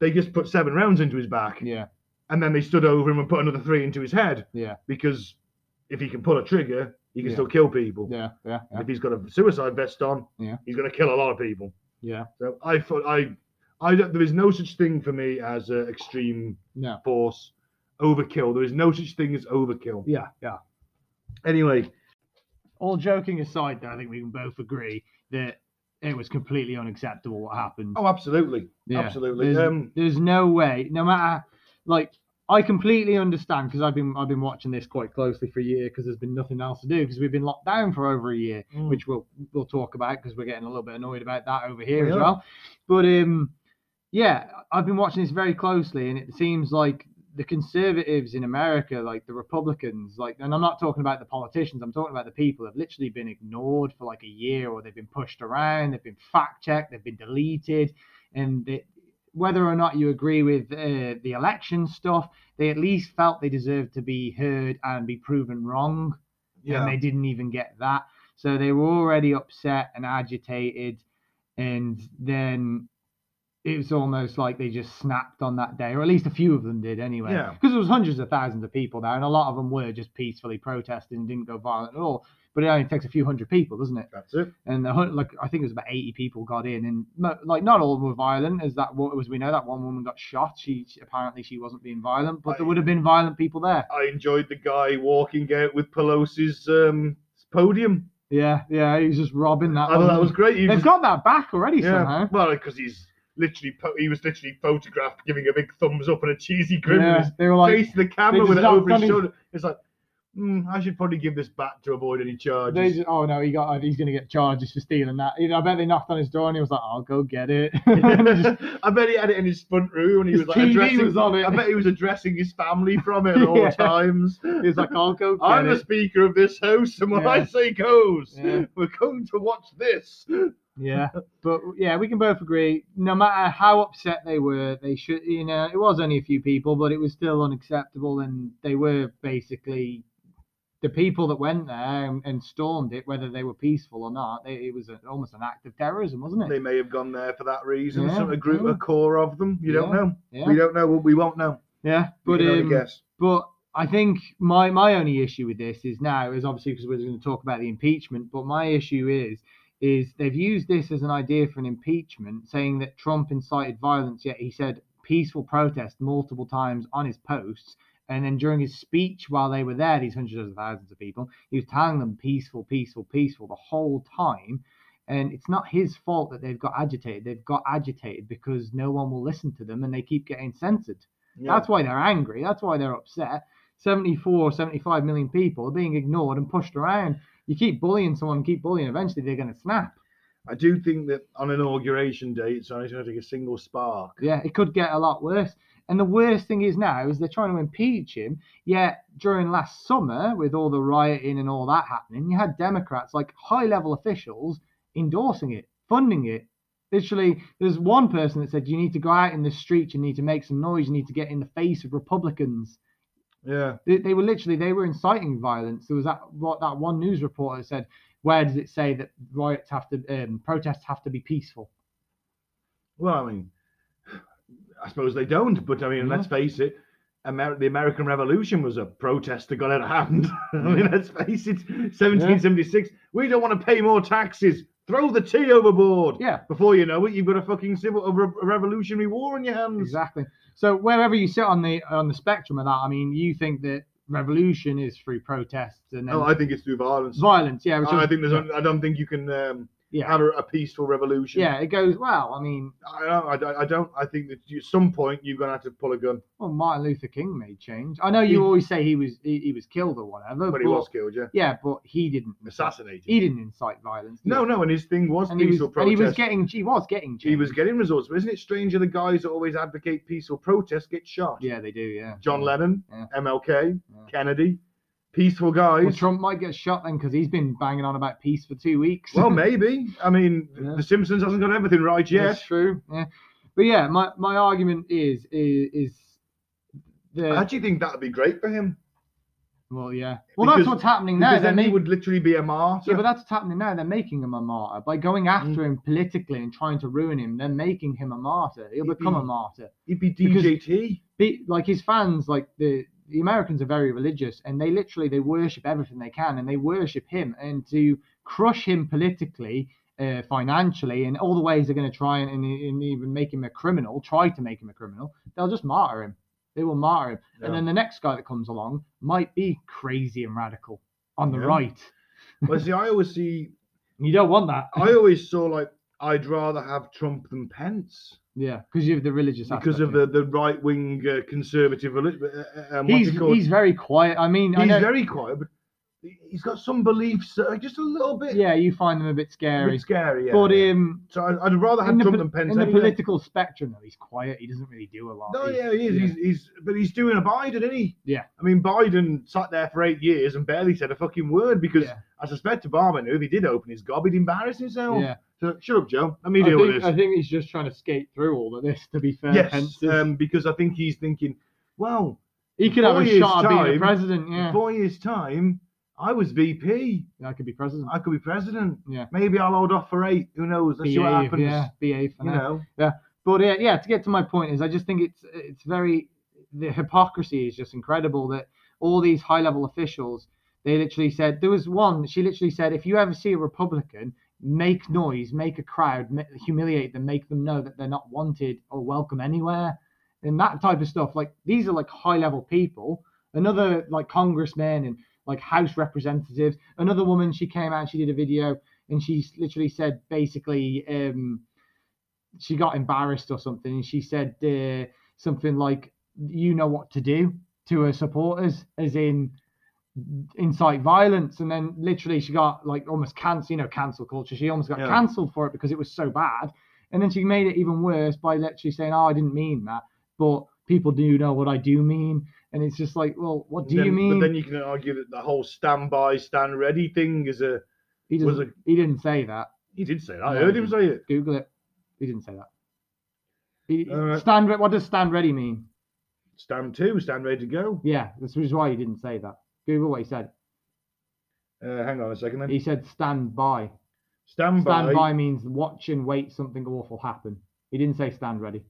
They just put seven rounds into his back yeah, and then they stood over him and put another three into his head yeah, because if he can pull a trigger, he can Yeah. still kill people. yeah, yeah, And yeah, if he's got a suicide vest on, Yeah. he's going to kill a lot of people. yeah. So I thought I, I don't- there is no such thing for me as uh, extreme No. force overkill. There is no such thing as overkill. Yeah, yeah. Anyway, All joking aside, though, I think we can both agree that it was completely unacceptable what happened. oh, absolutely, Yeah, absolutely. There's, Um, there's no way, no matter like I completely understand because I've been I've been watching this quite closely for a year because there's been nothing else to do because we've been locked down for over a year, Mm. which we'll we'll talk about because we're getting a little bit annoyed about that over here We as are. well. But um, yeah, I've been watching this very closely, and it seems like the conservatives in America, like the Republicans, like, and I'm not talking about the politicians, I'm talking about the people, have literally been ignored for like a year or they've been pushed around, they've been fact checked, they've been deleted. And it, whether or not you agree with uh, the election stuff, they at least felt they deserved to be heard and be proven wrong yeah, and they didn't even get that. So they were already upset and agitated, and then it was almost like they just snapped on that day, or at least a few of them did anyway. Yeah. Because there was hundreds of thousands of people there, and a lot of them were just peacefully protesting and didn't go violent at all. But it only takes a few hundred people, doesn't it? that's it. And the, hun- like I think it was about eighty people got in, and mo- like not all were violent. As that wo- as we know, that one woman got shot. She she- apparently she wasn't being violent, but there I- would have been violent people there. I enjoyed the guy walking out with Pelosi's um, podium. Yeah, yeah, he was just robbing that. I thought that woman. was great. He They've was- got that back already somehow. well, because he's literally po- he was literally photographed giving a big thumbs up and a cheesy grin. Yeah, Yeah. they were Like, like face to the camera they with it just over his done his- shoulder. It's like, "Hmm, I should probably give this back to avoid any charges. they just, oh no, he got he's gonna get charges for stealing that. You know, I bet they knocked on his door and he was like, I'll go get it. And just- I bet he had it in his front room and he his was like TV addressing. was on it. I bet he was addressing his family from it at all Yeah. times. he was like, I'll go get I'm the it. speaker of this house, and what I Yeah. say goes. Yeah. We're going to watch this. Yeah, but yeah, we can both agree. No matter how upset they were, they should. You know, it was only a few people, but it was still unacceptable, and they were basically the people that went there and, and stormed it, whether they were peaceful or not. They, it was a, almost an act of terrorism, wasn't it? They may have gone there for that reason. Yeah, Some a group, yeah. a core of them. You don't Yeah, know. yeah, We don't know. what We won't know. yeah. We But can only um, guess. But I think my my only issue with this is now is obviously because we're going to talk about the impeachment. But my issue is is they've used this as an idea for an impeachment, saying that Trump incited violence. Yet he said peaceful protest multiple times on his posts. And then during his speech, while they were there, these hundreds of thousands of people, he was telling them peaceful, peaceful, peaceful the whole time. And it's not his fault that they've got agitated. They've got agitated because no one will listen to them and they keep getting censored. Yeah. That's why they're angry. That's why they're upset. 74, 75 million people are being ignored and pushed around. You keep bullying someone, keep bullying, eventually they're going to snap. I do think that on inauguration day, it's only going to take a single spark. Yeah, it could get a lot worse. And the worst thing is now is they're trying to impeach him. Yet during last summer, with all the rioting and all that happening, you had Democrats, like high level officials, endorsing it, funding it. Literally, there's one person that said, You need to go out in the street, you need to make some noise, you need to get in the face of Republicans. Yeah. They, they were literally they were inciting violence. There was that what that one news reporter said. Where does it say that riots have to um, protests have to be peaceful? Well, I mean, I suppose they don't, but I mean, Yeah. let's face it. Amer- the American Revolution was a protest that got out of hand. I mean, let's face it, 1776. We don't want to pay more taxes. Throw the tea overboard. Yeah, Before you know it, you've got a fucking civil, a, re- a revolutionary war on your hands. exactly. So wherever you sit on the on the spectrum of that, I mean, you think that revolution is through protests and then No, Oh, I think it's through violence. violence. Yeah, which I is- think there's. I I don't think you can um, yeah, have a, a peaceful revolution. yeah. It goes well. I mean, I don't. I, I don't. I think that you, at some point you're gonna have to pull a gun. well, Martin Luther King made change. I know you He- always say he was he, he was killed or whatever, But he was killed. Yeah. Yeah, but he didn't. Assassinated. He didn't incite violence. did no, he? no. And his thing was And he, was, peaceful and he protest. was getting he was getting change. He was getting results. But isn't it strange that the guys that always advocate peaceful protests get shot? Yeah, they do. Yeah. John yeah. Lennon, Yeah. MLK, Yeah. Kennedy, peaceful guys. Well, Trump might get shot then because he's been banging on about peace for two weeks. Well, maybe. I mean, Yeah. The Simpsons hasn't got everything right yet. That's true. Yeah. But yeah, my, my argument is is, is the I actually think that would be great for him well, yeah. Well, that's Because- what's happening now. because They're then he ma- would literally be a martyr. Yeah, but that's what's happening now. They're making him a martyr by going Mm. after him politically and trying to ruin him. They're making him a martyr. He'll He'd become a be- martyr. He'd be because- DJT. Be, like his fans, like the the Americans are very religious and they literally they worship everything they can and they worship him and to crush him politically. Uh, financially and all the ways they're going to try and, and, and even make him a criminal try to make him a criminal they'll just martyr him they will martyr him and Yeah. then the next guy that comes along might be crazy and radical on the Yeah. right Well, see, I always see. and you don't want that I always saw like I'd rather have Trump than Pence Yeah, because you have the religious because of aspect it. the, the right wing uh, conservative. reli- Uh, uh, um, what's He's it called? he's very quiet. I mean, I He's know, very quiet, but he- he's got some beliefs that are just a little bit yeah, you find him a bit a scary. bit scary. Yeah. but um, so I'd, I'd rather in have the, Trump pol- than Pence. in the anyway. political spectrum, though, he's quiet. He doesn't really do a lot. No, He's- yeah, he is. He's, he's, but he's doing a Biden, isn't he? Yeah. I mean, Biden sat there for eight years and barely said a fucking word because Yeah. I suspect Obama knew if he did open his gob, he'd embarrass himself. yeah. So shut up, Joe. Let I me deal with think, this. I think he's just trying to skate through all of this. To be fair, Pence yes, is- um, because I think he's thinking, well, he could have four a years' shot at being time, a president. Yeah, in four years' time, I was VP. I could be president. I could be president. Yeah. Maybe I'll hold off for eight. Who knows? Let's see what BA, happens. Yeah, BA for You now. know. But uh, yeah, yeah, to get to my point is, I just think it's it's very the hypocrisy is just incredible that all these high level officials they literally said there was one she literally said if you ever see a Republican make noise, make a crowd, ma- humiliate them, make them know that they're not wanted or welcome anywhere, and that type of stuff. Like these are like high level people. Another like congressman and like House representatives. Another woman she came out, she did a video and she s- literally said basically. um she got embarrassed or something and she said uh, something like you know what to do to her supporters as in incite violence and then literally she got like almost cancel you know cancel culture she almost got Yeah. cancelled for it because it was so bad and then she made it even worse by literally saying oh i didn't mean that but people do know what i do mean and it's just like well what do then, you mean But then you can argue that the whole stand by, stand ready thing is a. he, was doesn't, he didn't say that He did say that. I No, heard he him say it. google it he didn't say that he, All right. stand re- what does stand ready mean Stand two, stand ready to go. Yeah, this is why he didn't say that. Google what he said. Uh, hang on a second then. He said stand by. Stand by. Stand by means watch and wait something awful happen. He didn't say stand ready.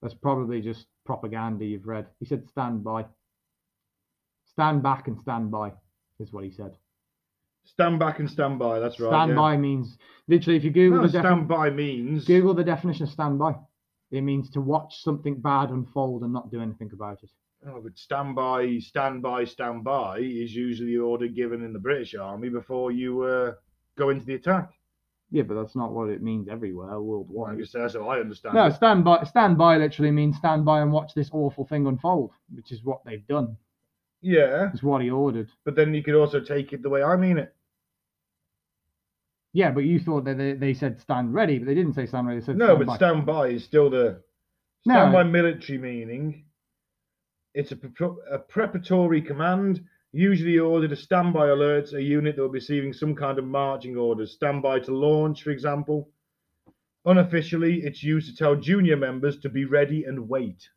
That's probably just propaganda you've read. He said stand by. Stand back and stand by is what he said. Stand back and stand by. That's right. stand yeah. by means literally if you Google No, the defi- stand by means. Google the definition of stand by. It means to watch something bad unfold and not do anything about it. Oh, but stand by, stand by, stand by is usually the order given in the British Army before you uh, go into the attack. Yeah, but that's not what it means everywhere Like worldwide. you say, that's how I understand. No, it. stand by. Stand by literally means stand by and watch this awful thing unfold, which is what they've done. Yeah, It's what he ordered. but then you could also take it the way I mean it. Yeah, but you thought that they, they said stand ready, but they didn't say stand ready. They said No, stand but by. stand by is still the No. stand by military meaning. It's a, pre- a preparatory command Usually ordered a standby alert, a unit that will be receiving some kind of marching orders. Standby to launch, for example. Unofficially, it's used to tell junior members to be ready and wait.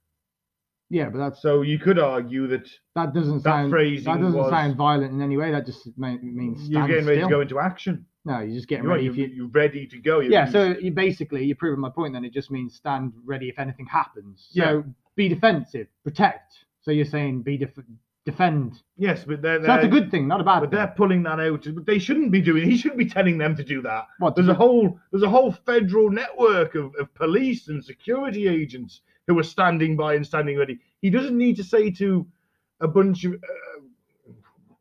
Yeah, but that's So you could argue that that That doesn't sound phrasing that doesn't was- sound violent in any way. That just ma- means stand you're getting ready still. to go into action. No, you're just getting You're, ready. you if you, you're ready to go. You're- yeah, so you basically you're proving my point. Then it just means stand ready if anything happens. So Yeah. be defensive, protect. So you're saying be def- defend. yes, but they're, So they're- that's a good thing, not a bad. But thing. they're pulling that out. But they shouldn't be doing. He shouldn't be telling them to do that. What, There's to a put- whole there's a whole federal network of, of police and security agents who are standing by and standing ready. He doesn't need to say to a bunch of uh,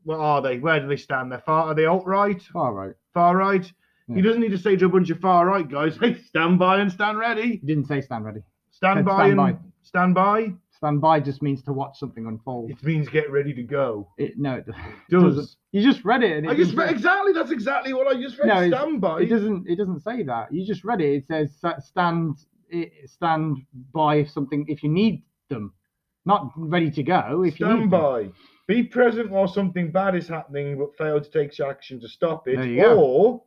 what are they? Where do they stand? They're far are they alt right, All right. far right? Yeah. He doesn't need to say to a bunch of far right guys, "Hey, stand by and stand ready. You didn't say stand ready. Stand Said by stand and by. stand by." Stand by just means to watch something unfold. It means get ready to go. It, no, it, does. Does. not You just read it. And it I just didn't read say- exactly. That's exactly what I just read. No, it's- stand by. It doesn't. It doesn't say that. You just read it. It says sa- stand it- stand by if something if you need them, not ready to go. If you Stand need them. by. Be present while something bad is happening, but fail to take action to stop it, There you go. or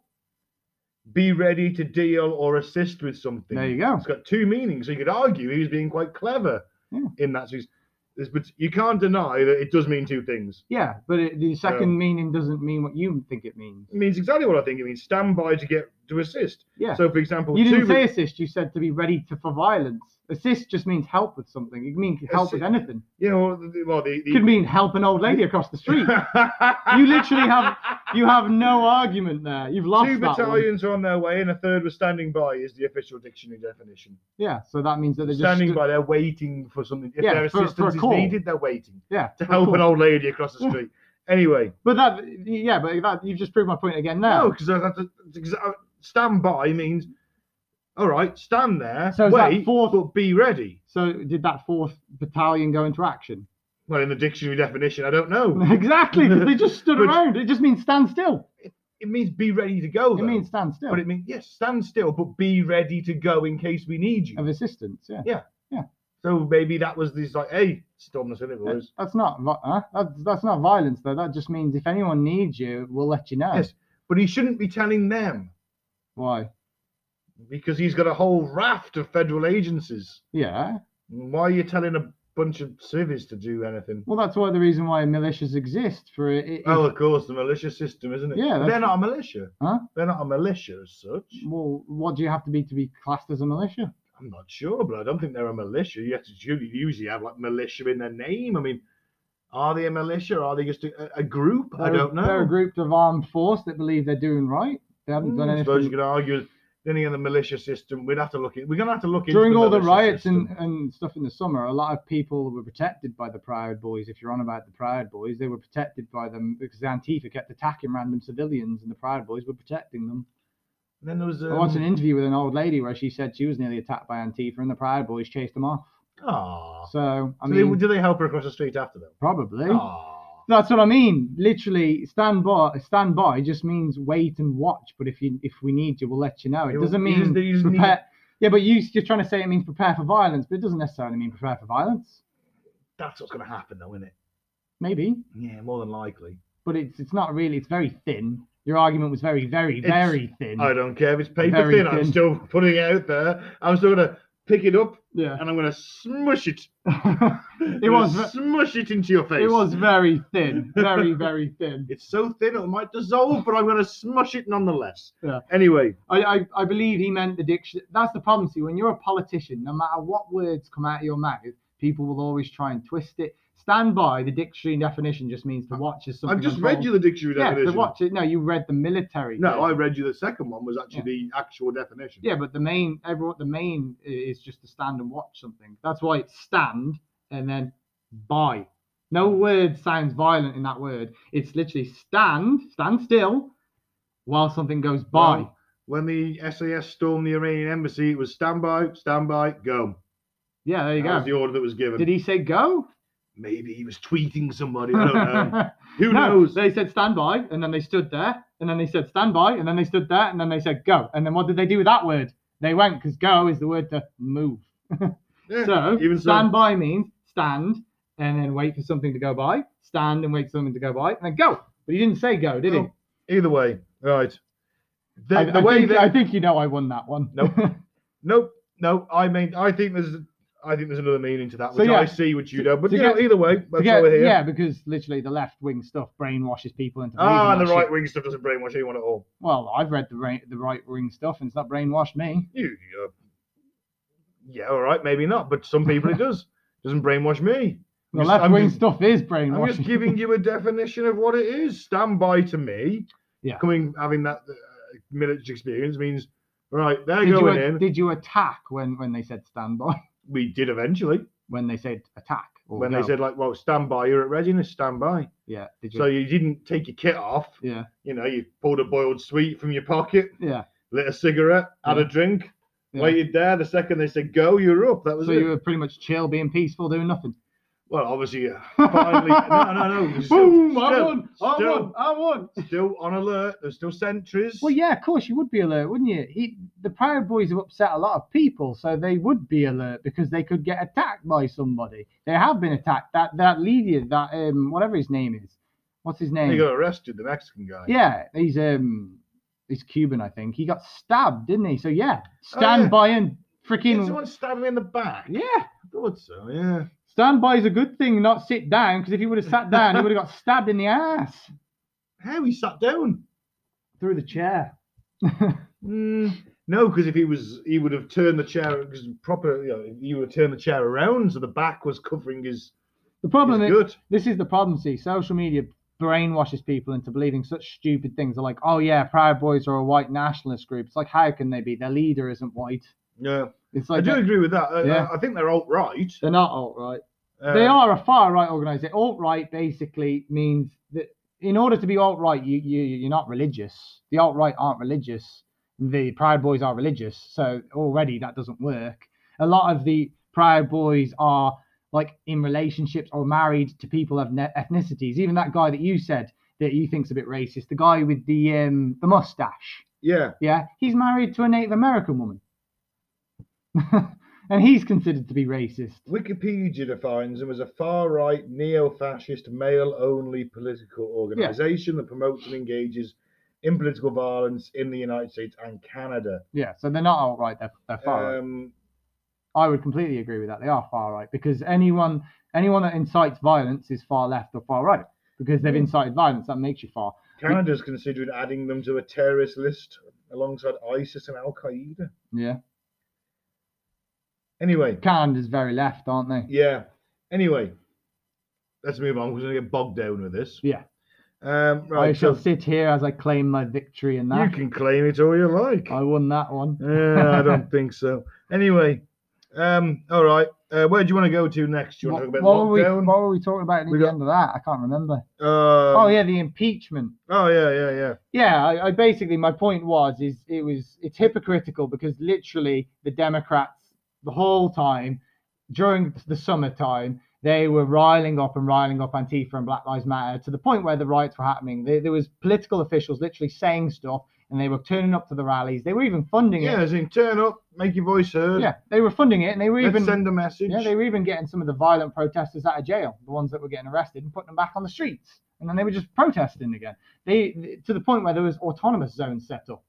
be ready to deal or assist with something. There you go. It's got two meanings. So you could argue he was being quite clever Yeah. in that sense. This- But you can't deny that it does mean two things. Yeah, but it, the second So- meaning doesn't mean what you think it means. It means exactly what I think it means. Stand by to get to assist. Yeah. So, for example, you didn't two- say assist. You said to be ready to, for violence. Assist just means help with something. It means help with Assi- anything. you know, the- well, the, It could mean help an old lady across the street. you literally have you have no argument there. You've lost two that one. battalions are on their way, and a third was standing by. Is the official dictionary definition. Yeah, so that means that they're standing just by, they're waiting for something. If Yeah, their for- for a assistance is call. needed, they're waiting yeah to of help course. an old lady across the Yeah. street. Anyway, But that yeah, but that you've just proved my point again now. no, because that's that's exa- stand by means all right, stand there, So is that wait, fourth- but be ready. So did that fourth battalion go into action? Well, in the dictionary definition, I don't know. exactly, 'cause they just stood But- around. It just means stand still. it means be ready to go. It though. means stand still. but it means yes, stand still, but be ready to go in case we need you. of assistance, yeah. So maybe that was this like, hey, storm the was. That's not vi- huh? that's, that's not violence though. That just means if anyone needs you, we'll let you know. Yes, but he shouldn't be telling them Why? because he's got a whole raft of federal agencies. Yeah. Why are you telling a bunch of civvies to do anything? Well, that's why the reason why militias exist for it. it- Oh, of course, the militia system, isn't it? Yeah, But that's- they're not a militia. Huh? They're not a militia as such. well, what do you have to be to be classed as a militia? I'm not sure, but I don't think they're a militia. You have to usually, usually have like militia in their name. I mean, are they a militia? Are they just a, a group? I They're- don't know. They're a group of armed force that believe they're doing right. They haven't done Hmm, I suppose you anything could argue then again the militia system. We'd have to look. In, we're gonna have to look into during all the militia riots and, system. and stuff in the summer, a lot of people were protected by the Proud Boys. If you're on about the Proud Boys, they were protected by them because Antifa kept attacking random civilians, and the Proud Boys were protecting them. then there was um, I watched an interview with an old lady where she said she was nearly attacked by Antifa, and the Proud Boys chased them off. aw. So I Ah. Do they- Oh. mean, do they help her across the street after them? Ah, probably. Aw. That's what I mean. Literally, stand by. Stand by just means wait and watch. But if you if we need you, we'll let you know. It You- doesn't you just- mean you just need- prepare. Yeah, but you, you're trying to say it means prepare for violence, but it doesn't necessarily mean prepare for violence. That's what's gonna happen, though, isn't it? Maybe, Yeah, more than likely. but it's it's not really. It's very thin. Your argument was very, very, It's- very thin. I don't care if it's paper Very thin. I'm thin. still putting it out there. I'm still gonna pick it up yeah, and I'm gonna smush it. it was ve- smush it into your face. it was very thin, very, very thin. It's so thin it might dissolve, but I'm gonna smush it nonetheless. Yeah. Anyway, I, I, I believe he meant the diction. That's the problem. See, when you're a politician, no matter what words come out of your mouth, people will always try and twist it. Stand by the dictionary definition just means to watch as something. I've just read unfolds. you the dictionary yeah, definition. to watch it. No, you read the military. No, I version. read you the second one was actually the actual definition. Yeah, but the main everyone the main i- is just to stand and watch something. That's why it's stand and then by. No word sounds violent in that word. It's literally stand, stand still, while something goes by. Well, When the SAS stormed the Iranian embassy, it was stand by, stand by, go. yeah, there you That was go. the order that was given. Did he say go? Maybe he was tweeting somebody. I don't know. Who knows? uh, They said stand by, and then they stood there, and then they said stand by, and then they stood there, and then they said go. And then what did they do with that word? They went because go is the word to move. Yeah, So even so- stand by means stand, and then wait for something to go by, stand and wait for something to go by, and then go. But he didn't say go, did he? No. Either way, right. The, I, the I way think, that I think you know I won that one. Nope. nope, no, I mean, I think there's, I think there's another meaning to that, So, which yeah, I see what you do. But to you know, get- either way, that's why yeah, we're here. yeah, because literally the left wing stuff brainwashes people into believing Ah, and that the shit. right wing stuff doesn't brainwash anyone at all. Well, I've read the right the right wing stuff, and it's not brainwashed me. You, uh, yeah, all right, maybe not, but some people it does. Doesn't brainwash me. The just- left I'm wing just- stuff is I'm brainwashing. just giving you a definition of what it is. Stand by to me. Yeah. Coming, having that uh, military experience means, right, they're did, you, going a- in. did you attack when when they said stand by? we did eventually When they said attack? Or when go? they said like, well, stand by. You're at readiness. Stand by. yeah, did you? So you didn't take your kit off. yeah, You know, you pulled a boiled sweet from your pocket, yeah. lit a cigarette, had a Yeah. drink, yeah. waited there. The second they said go, you're up. That was so it. you were pretty much chill, being peaceful, doing nothing. Well, obviously, uh, finally, no, no, no. Still, Boom! I still- won! I still- won! I won! Still on alert. There's still sentries. Well, yeah, of course you would be alert, wouldn't you? He, the Proud Boys have upset a lot of people, so they would be alert because they could get attacked by somebody. They have been attacked. That that leader, that um, whatever his name is, what's his name? They got arrested. The Mexican guy. Yeah, he's um he's Cuban, I think. He got stabbed, didn't he? So yeah, stand Oh, yeah. by Did and freaking someone stab him in the back? yeah. I thought so. Yeah. Stand by is a good thing, not sit down, because if he would have sat down, he would have got stabbed in the ass How he sat down? through the chair. Mm, no, because if he was, he would have turned the chair because proper. You know, you would turn the chair around, so the back was covering his, The his problem is, good. this is the problem. See, social media brainwashes people into believing such stupid things. They're like, "Oh yeah, Proud Boys are a white nationalist group." It's like, how can they be? Their leader isn't white. Yeah, It's I like do they're, agree with that. I- Yeah. I, I think they're alt right. they're not alt right. they Um, are a far right organization. Alt right basically means that in order to be alt right, you you you're not religious. The alt right aren't religious. The Proud Boys are religious, so already that doesn't work. A lot of the Proud Boys are like in relationships or married to people of ne- ethnicities. Even that guy that you said that you think's a bit racist, the guy with the um the mustache, Yeah. yeah, he's married to a Native American woman, and he's considered to be racist. Wikipedia defines them as a far right, neo fascist, male only political organization that promotes and engages in political violence in the United States and Canada. Yeah, so they're not alt right. They're they're far right. Um, I would completely agree with that. They are far right because anyone anyone that incites violence is far left or far right because they've Mm. incited violence. That makes you far. Canada's considering adding them to a terrorist list alongside ISIS and Al Qaeda. Yeah, Anyway, Canada's very left, aren't they? yeah. Anyway, let's move on. We're going to get bogged down with this. Yeah. Um, I right. shall So sit here as I claim my victory in you that. can claim it all you like. I won that one. Yeah, I don't think so. Anyway, um, all right. Uh, where do you want to go to next? Do you want to What, talk what were we, about lockdown? what were we talking about at We the got- end of that? I can't remember. Uh, oh yeah, the impeachment. Oh yeah, yeah, yeah. yeah I, I basically my point was is it was it's hypocritical because literally the democrats the whole time during the summertime they were riling up and riling up antifa and black lives matter to the point where the riots were happening there, there was political officials literally saying stuff and they were turning up to the rallies they were even funding Yeah, it as in turn up, make your voice heard. yeah they were funding it and they were Let's even send a message. yeah, they were even getting some of the violent protesters out of jail, the ones that were getting arrested, and putting them back on the streets. And then they were just protesting again. They to the point where there was autonomous zones set up.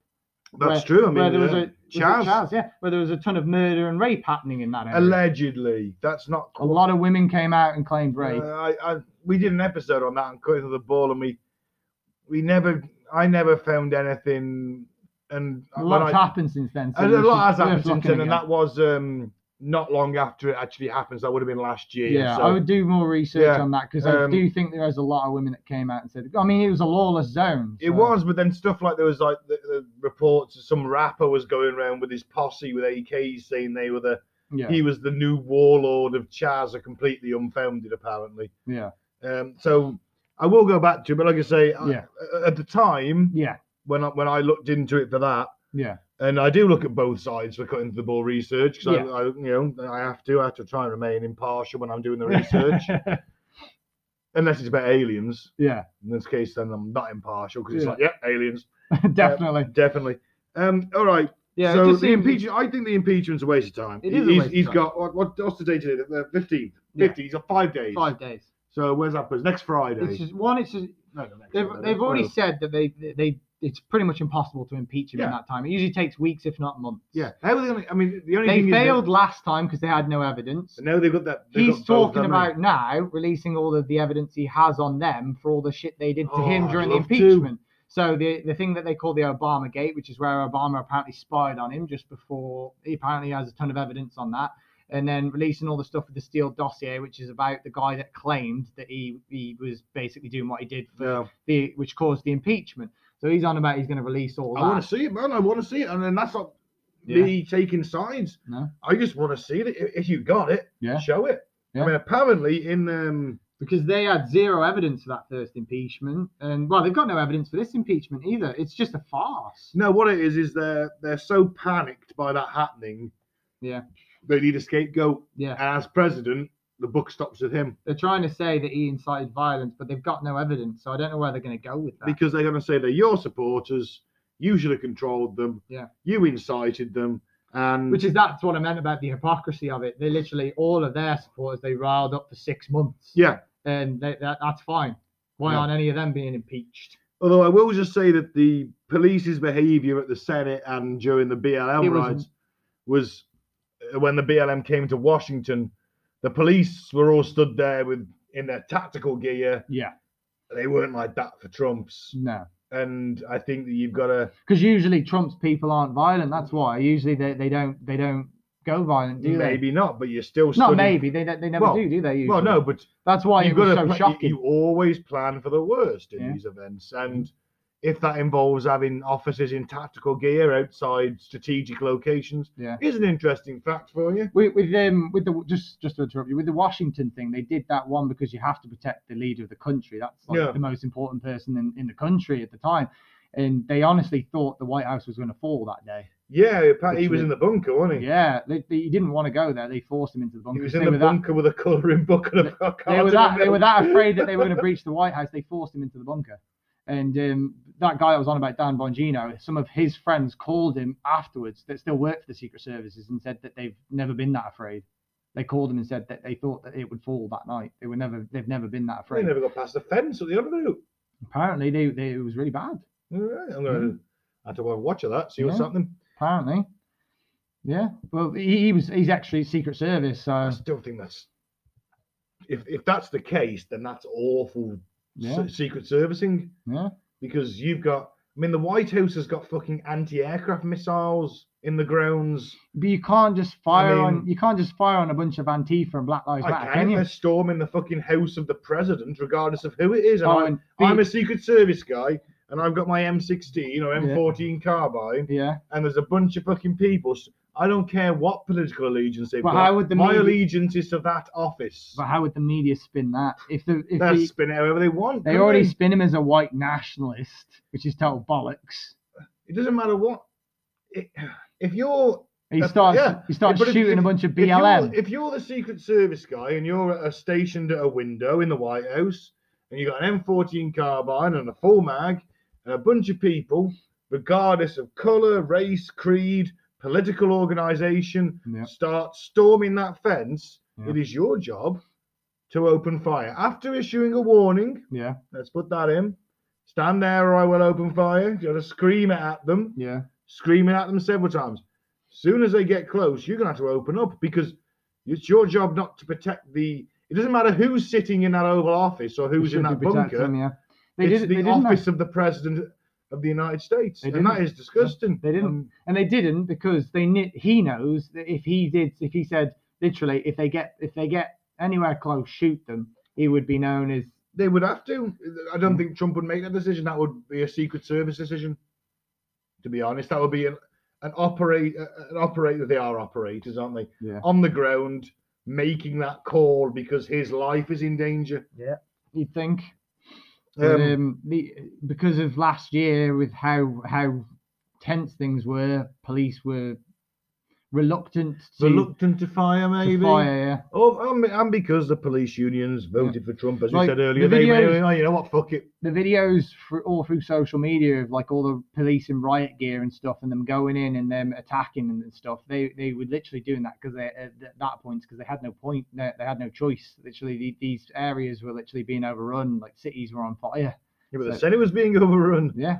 That's where- true. I mean, where there was yeah. a was it Chaz, Chaz, yeah, where there was a ton of murder and rape happening in that area. allegedly, that's not. a lot of women came out and claimed Uh, rape. I, I, we did an episode on that and cut it to the ball, and we, we never, I never found anything, and a when lot's I, happened since then. so and we a lot has should- happened we're since looking then, and again. that was um not long after it actually happened. So that would have been last year. yeah, so- I would do more research Yeah, on that because I um, do think there was a lot of women that came out and said, I mean, it was a lawless zone. It so- was, but then stuff like there was like the, the reports of some rapper was going around with his posse with AKs saying they were the Yeah, he was the new warlord of Chaz, are completely unfounded apparently. yeah, Um, so I will go back to, it, but like I say, I- Yeah. a- at the time yeah, when I, when I looked into it for that, yeah. and I do look at both sides for cutting to the ball research because Yeah. I, I you know I have to I have to try and remain impartial when I'm doing the research unless it's about aliens. yeah, In this case, then I'm not impartial because it's Yeah. like yeah aliens definitely. definitely. Um, all right. Yeah, it so just the seems- impeachment, I think the impeachment's a waste of time. It is a he's, waste of he's time. got what, what? What's the day today? The fifteenth. Yeah. Fifty. He's got five days. Five days. So where's that? Put next Friday. It's just one. It's just No, no, next they've, Friday. they've already Well, said that they, they it's pretty much impossible to impeach him in Yeah. that time. It usually takes weeks, if not months. Yeah. How are they gonna, I mean, the only They thing is that- failed last time because they had no evidence. so now they've got that. they've He's got eh? both, talking haven't they? about now releasing all of the evidence he has on them for all the shit they did to Oh, him I'd during the love to. impeachment. So the the thing that they call the Obama Gate, which is where Obama apparently spied on him just before he apparently has a ton of evidence on that, and then releasing all the stuff with the Steele dossier, which is about the guy that claimed that he he was basically doing what he did for Yeah. the which caused the impeachment. So he's on about he's going to release all I that. want to see it, man. I want to see it, and then that's not Yeah. me taking sides. No. I just want to see it. If if you got it, Yeah. show it. Yeah. I mean, apparently in um, because they had zero evidence for that first impeachment, and well, they've got no evidence for this impeachment either. It's just a farce. no, what it is is they're they're so panicked by that happening. Yeah. They need a scapegoat, Yeah, and as president, the book stops with him they're trying to say that he incited violence, but they've got no evidence, so I don't know where they're going to go with that. because they're going to say they're your supporters. You should have controlled them. Yeah. You incited them, and Which is that's what I meant about the hypocrisy of it. They literally all of their supporters they riled up for six months, yeah. and they, that, that's fine. Why Yeah. aren't any of them being impeached? Although I will just say that the police's behaviour at the Senate and during the BLM It was- riots was, uh, when the BLM came to Washington, the police were all stood there with in their tactical gear. Yeah, They weren't like that for Trump's, no, and I think that you've got to. because usually Trump's people aren't violent. That's why usually they, they don't they don't go violent, do they? Maybe not, but you're still. Not stood in- maybe they they never Well, do, do they? Usually? Well, no, but That's why you've it got was to. so shocking. You always plan for the worst in Yeah. these events, and if that involves having officers in tactical gear outside strategic locations, Yeah. is an interesting fact for you. With, with um with the just just to interrupt you with the Washington thing they did that one because you have to protect the leader of the country that's like Yeah. the most important person in, in the country at the time and they honestly thought the White House was going to fall that day Yeah, apparently he Which was was- in the bunker, wasn't he? yeah they, they, he didn't want to go there they forced him into the bunker He was in 'cause they, the were that, bunker with a colouring book and a they carton were of that they were milk. that afraid that they were going to breach the White House they forced him into the bunker and um, that guy I was on about Dan Bongino some of his friends called him afterwards that still worked for the Secret Services and said that they've never been that afraid. they called him and said that they thought that it would fall that night. They were never, they've never been that They afraid. never got past the fence at the Underwood. Apparently, they, they it was really bad. All right, I'm gonna have to have a watch of that, see what's Mm-hmm. Yeah. happening. Apparently, yeah. Well, he, he was he's actually Secret Service, I so still think that's if if that's the case, then that's awful yeah, se- secret servicing yeah. because you've got. I mean, the White House has got fucking anti-aircraft missiles in the grounds. But you can't just fire on mean- you can't just fire on a bunch of Antifa and Black Lives I Matter, can, can if you? they're storming the fucking house of the president, regardless of who it is. And Oh, I- and I'm the- a Secret Service guy, and I've got my M16 or M14 carbine, yeah. and there's a bunch of fucking people. s- I don't care what political allegiance they've But got. how would the my media- allegiance is to that office. But how would the media spin that? If the if They'll the, spin it however they want. they don't already spin him as a white nationalist, which is total bollocks. It doesn't matter what. It, if you're He Uh, starts yeah. he starts But if- shooting if- a bunch of if you're- If BLM. you're, the Secret Service guy and you're uh, stationed at a window in the White House and you've got an M14 carbine and a full mag and a bunch of people, regardless of colour, race, creed, political organisation, Yeah. start storming that fence, Yeah. it is your job to open fire. After issuing a warning, Yeah, let's put that in. Stand there or I will open fire. You gotta scream it at them yeah. screaming at them several times. Soon as they get close, you're gonna have to open up because it's your job not to protect the. It doesn't matter who's sitting in that Oval Office or They who's in should that be protecting bunker. him, yeah. They it's the did they didn't have- office of the President of the United States, They and that didn't. is disgusting. They didn't. Um, and they didn't because they kn- he knows that if he did if he said literally if they get if they get anywhere close shoot them he would be known as they would have to. I don't Mm. think Trump would make that decision. That would be a Secret Service decision. To be honest, that would be an an operate an operator. They are operators, aren't they? yeah On the ground, making that call because his life is in danger. you'd think But, Um, um, the, because of last year with how how tense things were police were reluctant to, Reluctant to fire, maybe. to fire. Yeah. Oh, and, and because the police unions voted for Trump, as we Like, said earlier, the they may- videos- oh, you know what, fuck it. the videos for, all through social media of like all the police in riot gear and stuff and them going in and them attacking and, and stuff they they were literally doing that because they at th- that point because they had no point they, they had no choice literally the, these areas were literally being overrun like cities were on fire Yeah, but they So- said it was being overrun. yeah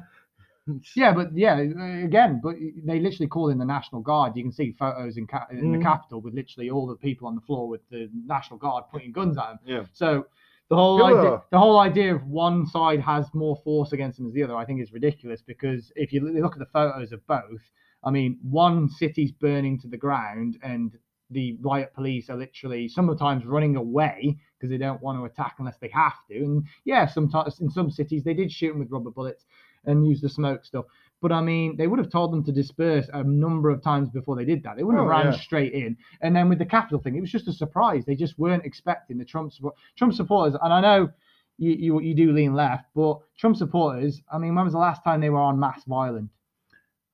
yeah but yeah uh, again but they literally called in the national guard you can see photos in, ca- in Mm. the capital with literally all the people on the floor with the national guard pointing guns at them Yeah. so the whole Sure. idea, the whole idea of one side has more force against them as the other, I think, is ridiculous because if you l- look at the photos of both, I mean, one city's burning to the ground and the riot police are literally sometimes running away because they don't want to attack unless they have to. And yeah, sometimes in some cities they did shoot them with rubber bullets and use the smoke stuff. But I mean, they would have told them to disperse a number of times before they did that. They wouldn't Oh, have ran yeah. straight in. And then with the capital thing, it was just a surprise. They just weren't expecting the Trump support. Trump supporters, and I know you, you you do lean left, but Trump supporters. I mean, when was the last time they were on mass violent?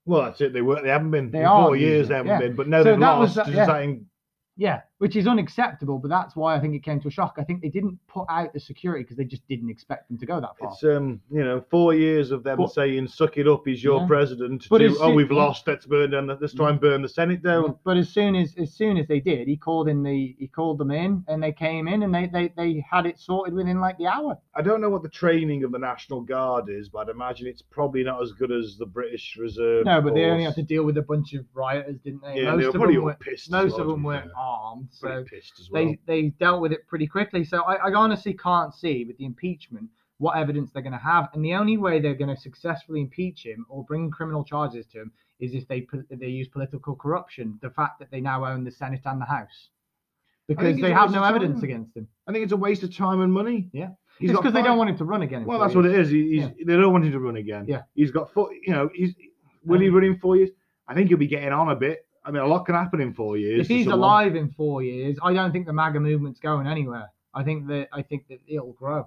Well, that's it. They were. They haven't been. They in are four years. losing, They haven't yeah. been. But now So they've that lost. was- Is yeah. that in- Yeah, which is unacceptable. But that's why I think it came to a shock. I think they didn't put out the security because they just didn't expect them to go that far. It's um, you know, four years of them But- saying, saying "suck it up, he's your your Yeah. president." But to, to, it's- Mm. oh, "Oh, we've we've yeah. lost. Let's burn down. Let's try and burn the Senate down. But as soon as as soon as they did, he called in the he called them in, and they came in, and they they, they had it sorted within like the hour. I don't know what the training of the National Guard is, but I'd imagine it's probably not as good as the British Reserve. No, but they only had Force. to deal with a bunch of rioters, didn't they? Yeah, most they were of probably them all were, pissed. as most well, of to them be weren't fair. armed, so Pretty pissed as well. they they dealt with it pretty quickly. So I, I honestly can't see with the impeachment what evidence they're going to have, and the only way they're going to successfully impeach him or bring criminal charges to him is if they pol- they use political corruption. The fact that they now own the Senate and the House, because it's they a have waste no of evidence time. against him. I think it's a waste of time and money. Yeah. He's it's got because they don't five- want him to run again. in Well, four that's what years. it is. He, he's, They don't want him to run again. Yeah. He's got four. You know, he's will he run in four years? I think he'll be getting on a bit. I mean, a lot can happen in four years. If to he's someone. alive in four years, I don't think the MAGA movement's going anywhere. I think that I think that it'll grow.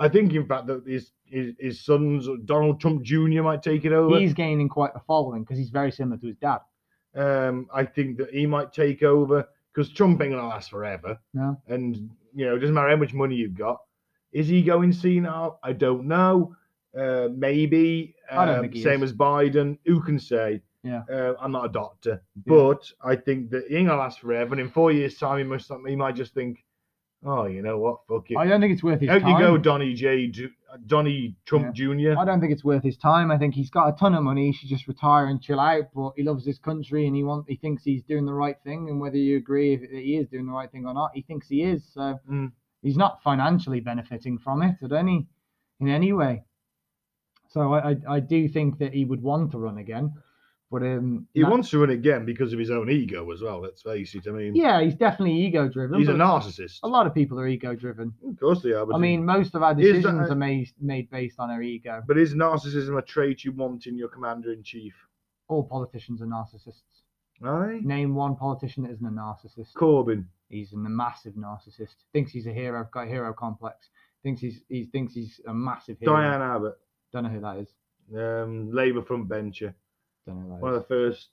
I think, in fact, that his his, his sons, Donald Trump Jr., might take it over. He's gaining quite a following because he's very similar to his dad. Um, I think that he might take over because Trump ain't gonna last forever. No. And you know, it doesn't matter how much money you've got. Is he going senile? I don't know. Uh, maybe. I don't Um, think he same is. as Biden. Who can say? Yeah. Uh, I'm not a doctor, Yeah. but I think that he ain't gonna last forever. And in four years' time, he must. He might just think, oh, you know what? Fuck it. I don't think it's worth his Out time. you go, Donny J. Ju- Donny Trump Jr. I don't think it's worth his time. I think he's got a ton of money. He should just retire and chill out. But he loves his country and he wants. He thinks he's doing the right thing. And whether you agree if- that he is doing the right thing or not, he thinks he is. So Mm. he's not financially benefiting from it at any in any way. So I, I, I do think that he would want to run again, but um, He na- wants to run again because of his own ego as well. Let's face it. I mean, Yeah, he's definitely ego driven. he's a narcissist. a lot of people are ego driven. Of course they are. But I mean, most of our Is that- decisions are made made based on our ego. but is narcissism a trait you want in your commander in chief? All politicians are narcissists. Aye. Name one politician that isn't a narcissist. Corbyn. He's a massive narcissist. Thinks he's a hero. Got a hero complex. Thinks he's he thinks he's a massive hero. Diane Abbott. Don't know who that is. Um, Labour frontbencher. Don't know who that One of is. the first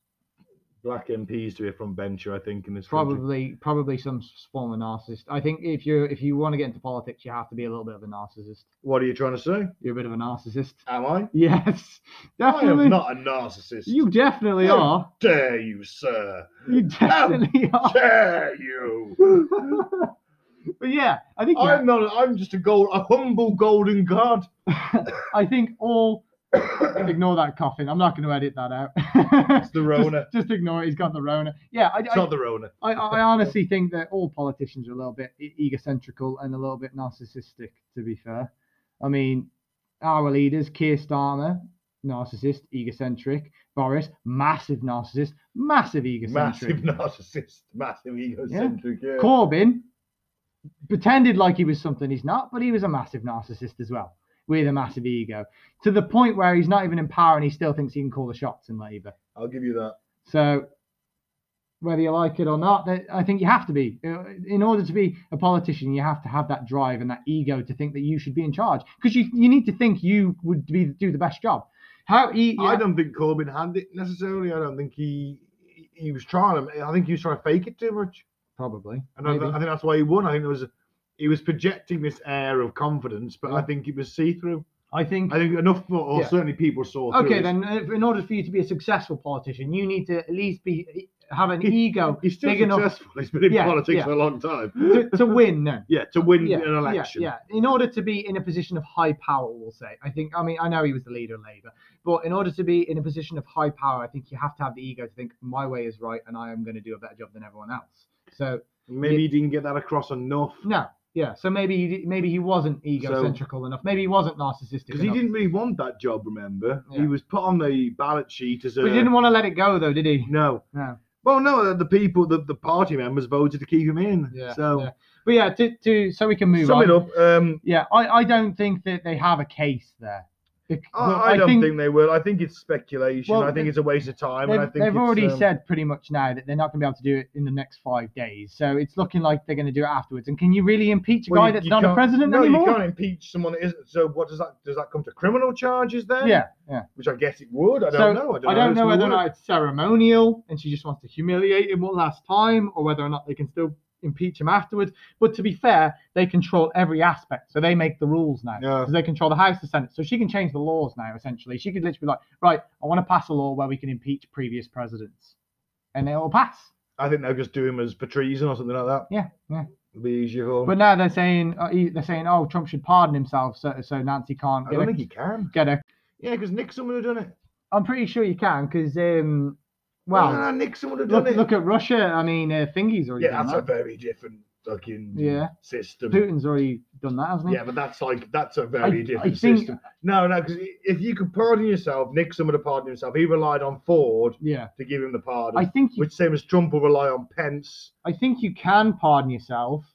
black MPs to be a frontbencher, I think, in this country. Probably probably some s- form of narcissist. I think if you're if you want to get into politics, you have to be a little bit of a narcissist. What are you trying to say? You're a bit of a narcissist. Am I? Yes, I am definitely. not a narcissist. You definitely No. are. dare you, sir? You definitely Oh. are. Dare you? but yeah, I think you I'm not. I'm just a gold, a humble golden god. I think all ignore that coughing. I'm not going to edit that out. it's the Rona. Just, just ignore it. He's got the Rona. Yeah, I, It's I, not the Rona. I, I honestly think that all politicians are a little bit e- egocentrical and a little bit narcissistic. To be fair, I mean, our leaders, Keir Starmer, narcissist, egocentric. Boris, massive narcissist, massive egocentric. Massive narcissist. Massive egocentric. Yeah. Corbyn pretended like he was something he's not, but he was a massive narcissist as well, with a massive ego, to the point where he's not even in power and he still thinks he can call the shots in Labour. I'll give you that. So, whether you like it or not, that- I think you have to be. uh, In order to be a politician, you have to have that drive and that ego to think that you should be in charge because you, you need to think you would be do the best job. How e, he, I don't think Corbyn had it necessarily. I don't think he he was trying to. I think he was trying to fake it too much, probably. and I, I Maybe. think that's why he won. I think there was he was projecting this air of confidence, but I Yeah. think it was see through. I think. I think enough, or or Yeah. certainly people saw. through okay, it. then uh, in order for you to be a successful politician, you need to at least be have an ego He's still big enough successful. He's been in Yeah, politics yeah. for a long time. to, to win. Then. yeah, to win Yeah, an election. Yeah, yeah. In order to be in a position of high power, we'll say. I think. I mean, I know he was the leader of Labour, but in order to be in a position of high power, I think you have to have the ego to think my way is right, and I am going to do a better job than everyone else. So Maybe he didn't get that across enough no, yeah. So maybe he, di- maybe he wasn't egocentrical enough. Maybe he wasn't narcissistic. because he enough. didn't really want that job. Remember, he Yeah. was put on the ballot sheet as a. But he didn't want to let it go, though, did he? no. No. Well, no, the- the people, the, the party members voted to keep him in. Yeah. so yeah. but yeah, to, to so we can move sum on. it up. Um, Yeah, I, I don't think that they have a case there. Bec- I, well, I, don't think... they will. I think it's speculation. Well, I think they- it's a waste of time. They've, and I think they've it's, already um, said pretty much now that they're not going to be able to do it in the next five days. So it's looking like they're going to do it afterwards. And can you really impeach a well, guy you- that's you not a can't- president no, you anymore? can't impeach someone that isn't. So what does that does that come to criminal charges then? Yeah, yeah. which I guess it would. I so don't know. I don't, know, whether or It's- not it's ceremonial and she just wants to humiliate him one last time, or whether or not they can still impeach him afterwards. But to be fair, they control every aspect, so they make the rules now. Yeah. 'Cause they control the House, the Senate, so she can change the laws now. Essentially, she could literally be like, right, I want to pass a law where we can impeach previous presidents, and it will pass. I think they'll just do him as for treason or something like that. Yeah, yeah. It'll be easier for him. But now they're saying uh, he- they're saying, oh, Trump should pardon himself, so, so Nancy can't I get don't a, think he can. get a. Yeah, because Nixon would have done it. I'm pretty sure you can, because um, Well, well, Nixon would have done look, it. look at Russia. I mean, uh, Thingy's already yeah, done that's a that. very different fucking Yeah. system. Putin's already done that, hasn't he? Yeah, but that's like that's a very I different think- system. No, no, because if you could pardon yourself, Nixon would have pardoned himself. He relied on Ford Yeah. to give him the pardon, I think you, which same as Trump will rely on Pence. I think you can pardon yourself,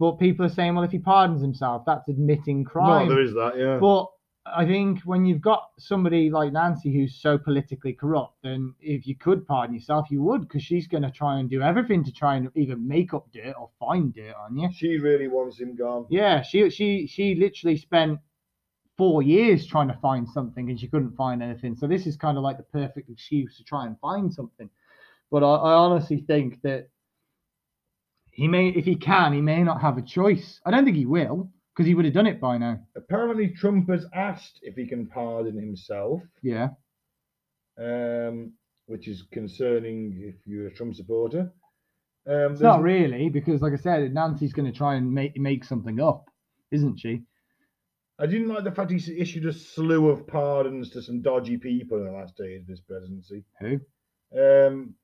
but people are saying, well, if he pardons himself, that's admitting crime. Well, there is that. Yeah. But I think when you've got somebody like Nancy who's so politically corrupt, then if you could pardon yourself, you would, because she's going to try and do everything to try and either make up dirt or find dirt on you. she really wants him gone. Yeah, she she she literally spent four years trying to find something and she couldn't find anything. So this is kind of like the perfect excuse to try and find something. But I, I honestly think that he may, if he can, he may not have a choice. I don't think he will because he would have done it by now. Apparently, Trump has asked if he can pardon himself. Yeah, um, which is concerning if you're a Trump supporter. Um, it's there's- not really because, like I said, Nancy's going to try and make make something up, isn't she? I didn't like the fact he s- issued a slew of pardons to some dodgy people in the last days of his presidency. Who? Um,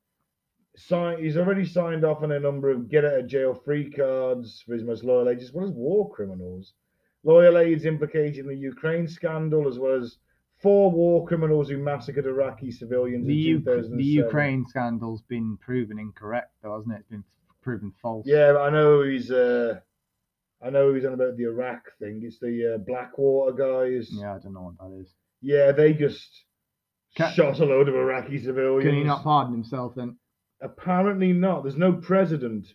sign, he's already signed off on a number of get out of jail free cards for his most loyal aides, as well as war criminals. Loyal aides implicated in the Ukraine scandal, as well as four war criminals who massacred Iraqi civilians The, in U- 2007. the Ukraine scandal's been proven incorrect, though, hasn't it? It's been proven false. Yeah, but I know he's. Uh, I know he's on about the Iraq thing. It's the uh, Blackwater guys. yeah, I don't know what that is. Yeah, they just Ca- shot a load of Iraqi civilians. Can he not pardon himself then? Apparently not. There's no precedent.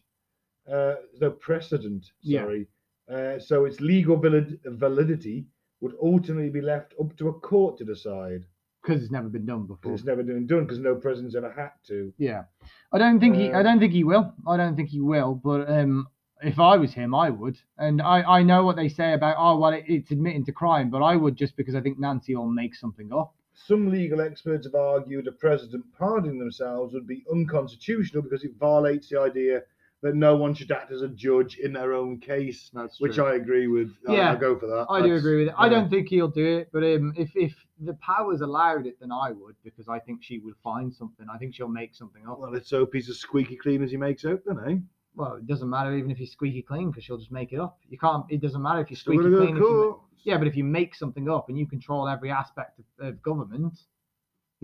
Uh, there's no precedent. Yeah. Sorry. Uh, so its legal valid- validity would ultimately be left up to a court to decide. because it's never been done before. 'Cause It's never been done because no president's ever had to. Yeah, I don't think he. Uh, I don't think he will. I don't think he will. But um, if I was him, I would. And I, I know what they say about oh well, it, it's admitting to crime, but I would just because I think Nancy will make something up. Some legal experts have argued a president pardoning themselves would be unconstitutional because it violates the idea that no one should act as a judge in their own case, That's which I agree with. I- Yeah, I go for that. I do agree with it. I yeah. don't think he'll do it, but um, if if the powers allowed it, then I would because I think she would find something. I think she'll make something up. Well, let's hope he's as squeaky clean as he makes out, then, eh? Well, it doesn't matter even if you're squeaky clean because she'll just make it up. You can't. It doesn't matter if you're Still squeaky gonna go clean. to if you ma- court. yeah, but if you make something up and you control every aspect of, of government,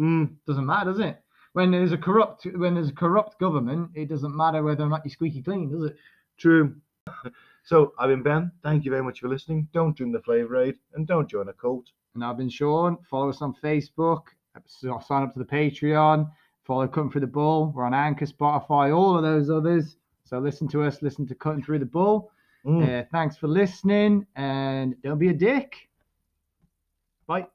Mm, doesn't matter, does it? When there's a corrupt when there's a corrupt government, it doesn't matter whether or not you're squeaky clean, does it? true. so, I've been Ben. Thank you very much for listening. Don't drink the flavour aid and don't join a cult. And I've been Sean. Follow us on Facebook. so- Sign up to the Patreon. Follow Cutting Through the Bull. We're on Anchor, Spotify, all of those others. So listen to us. Listen to Cutting Through the Bull. Mm. Uh, thanks for listening, and don't be a dick. Bye.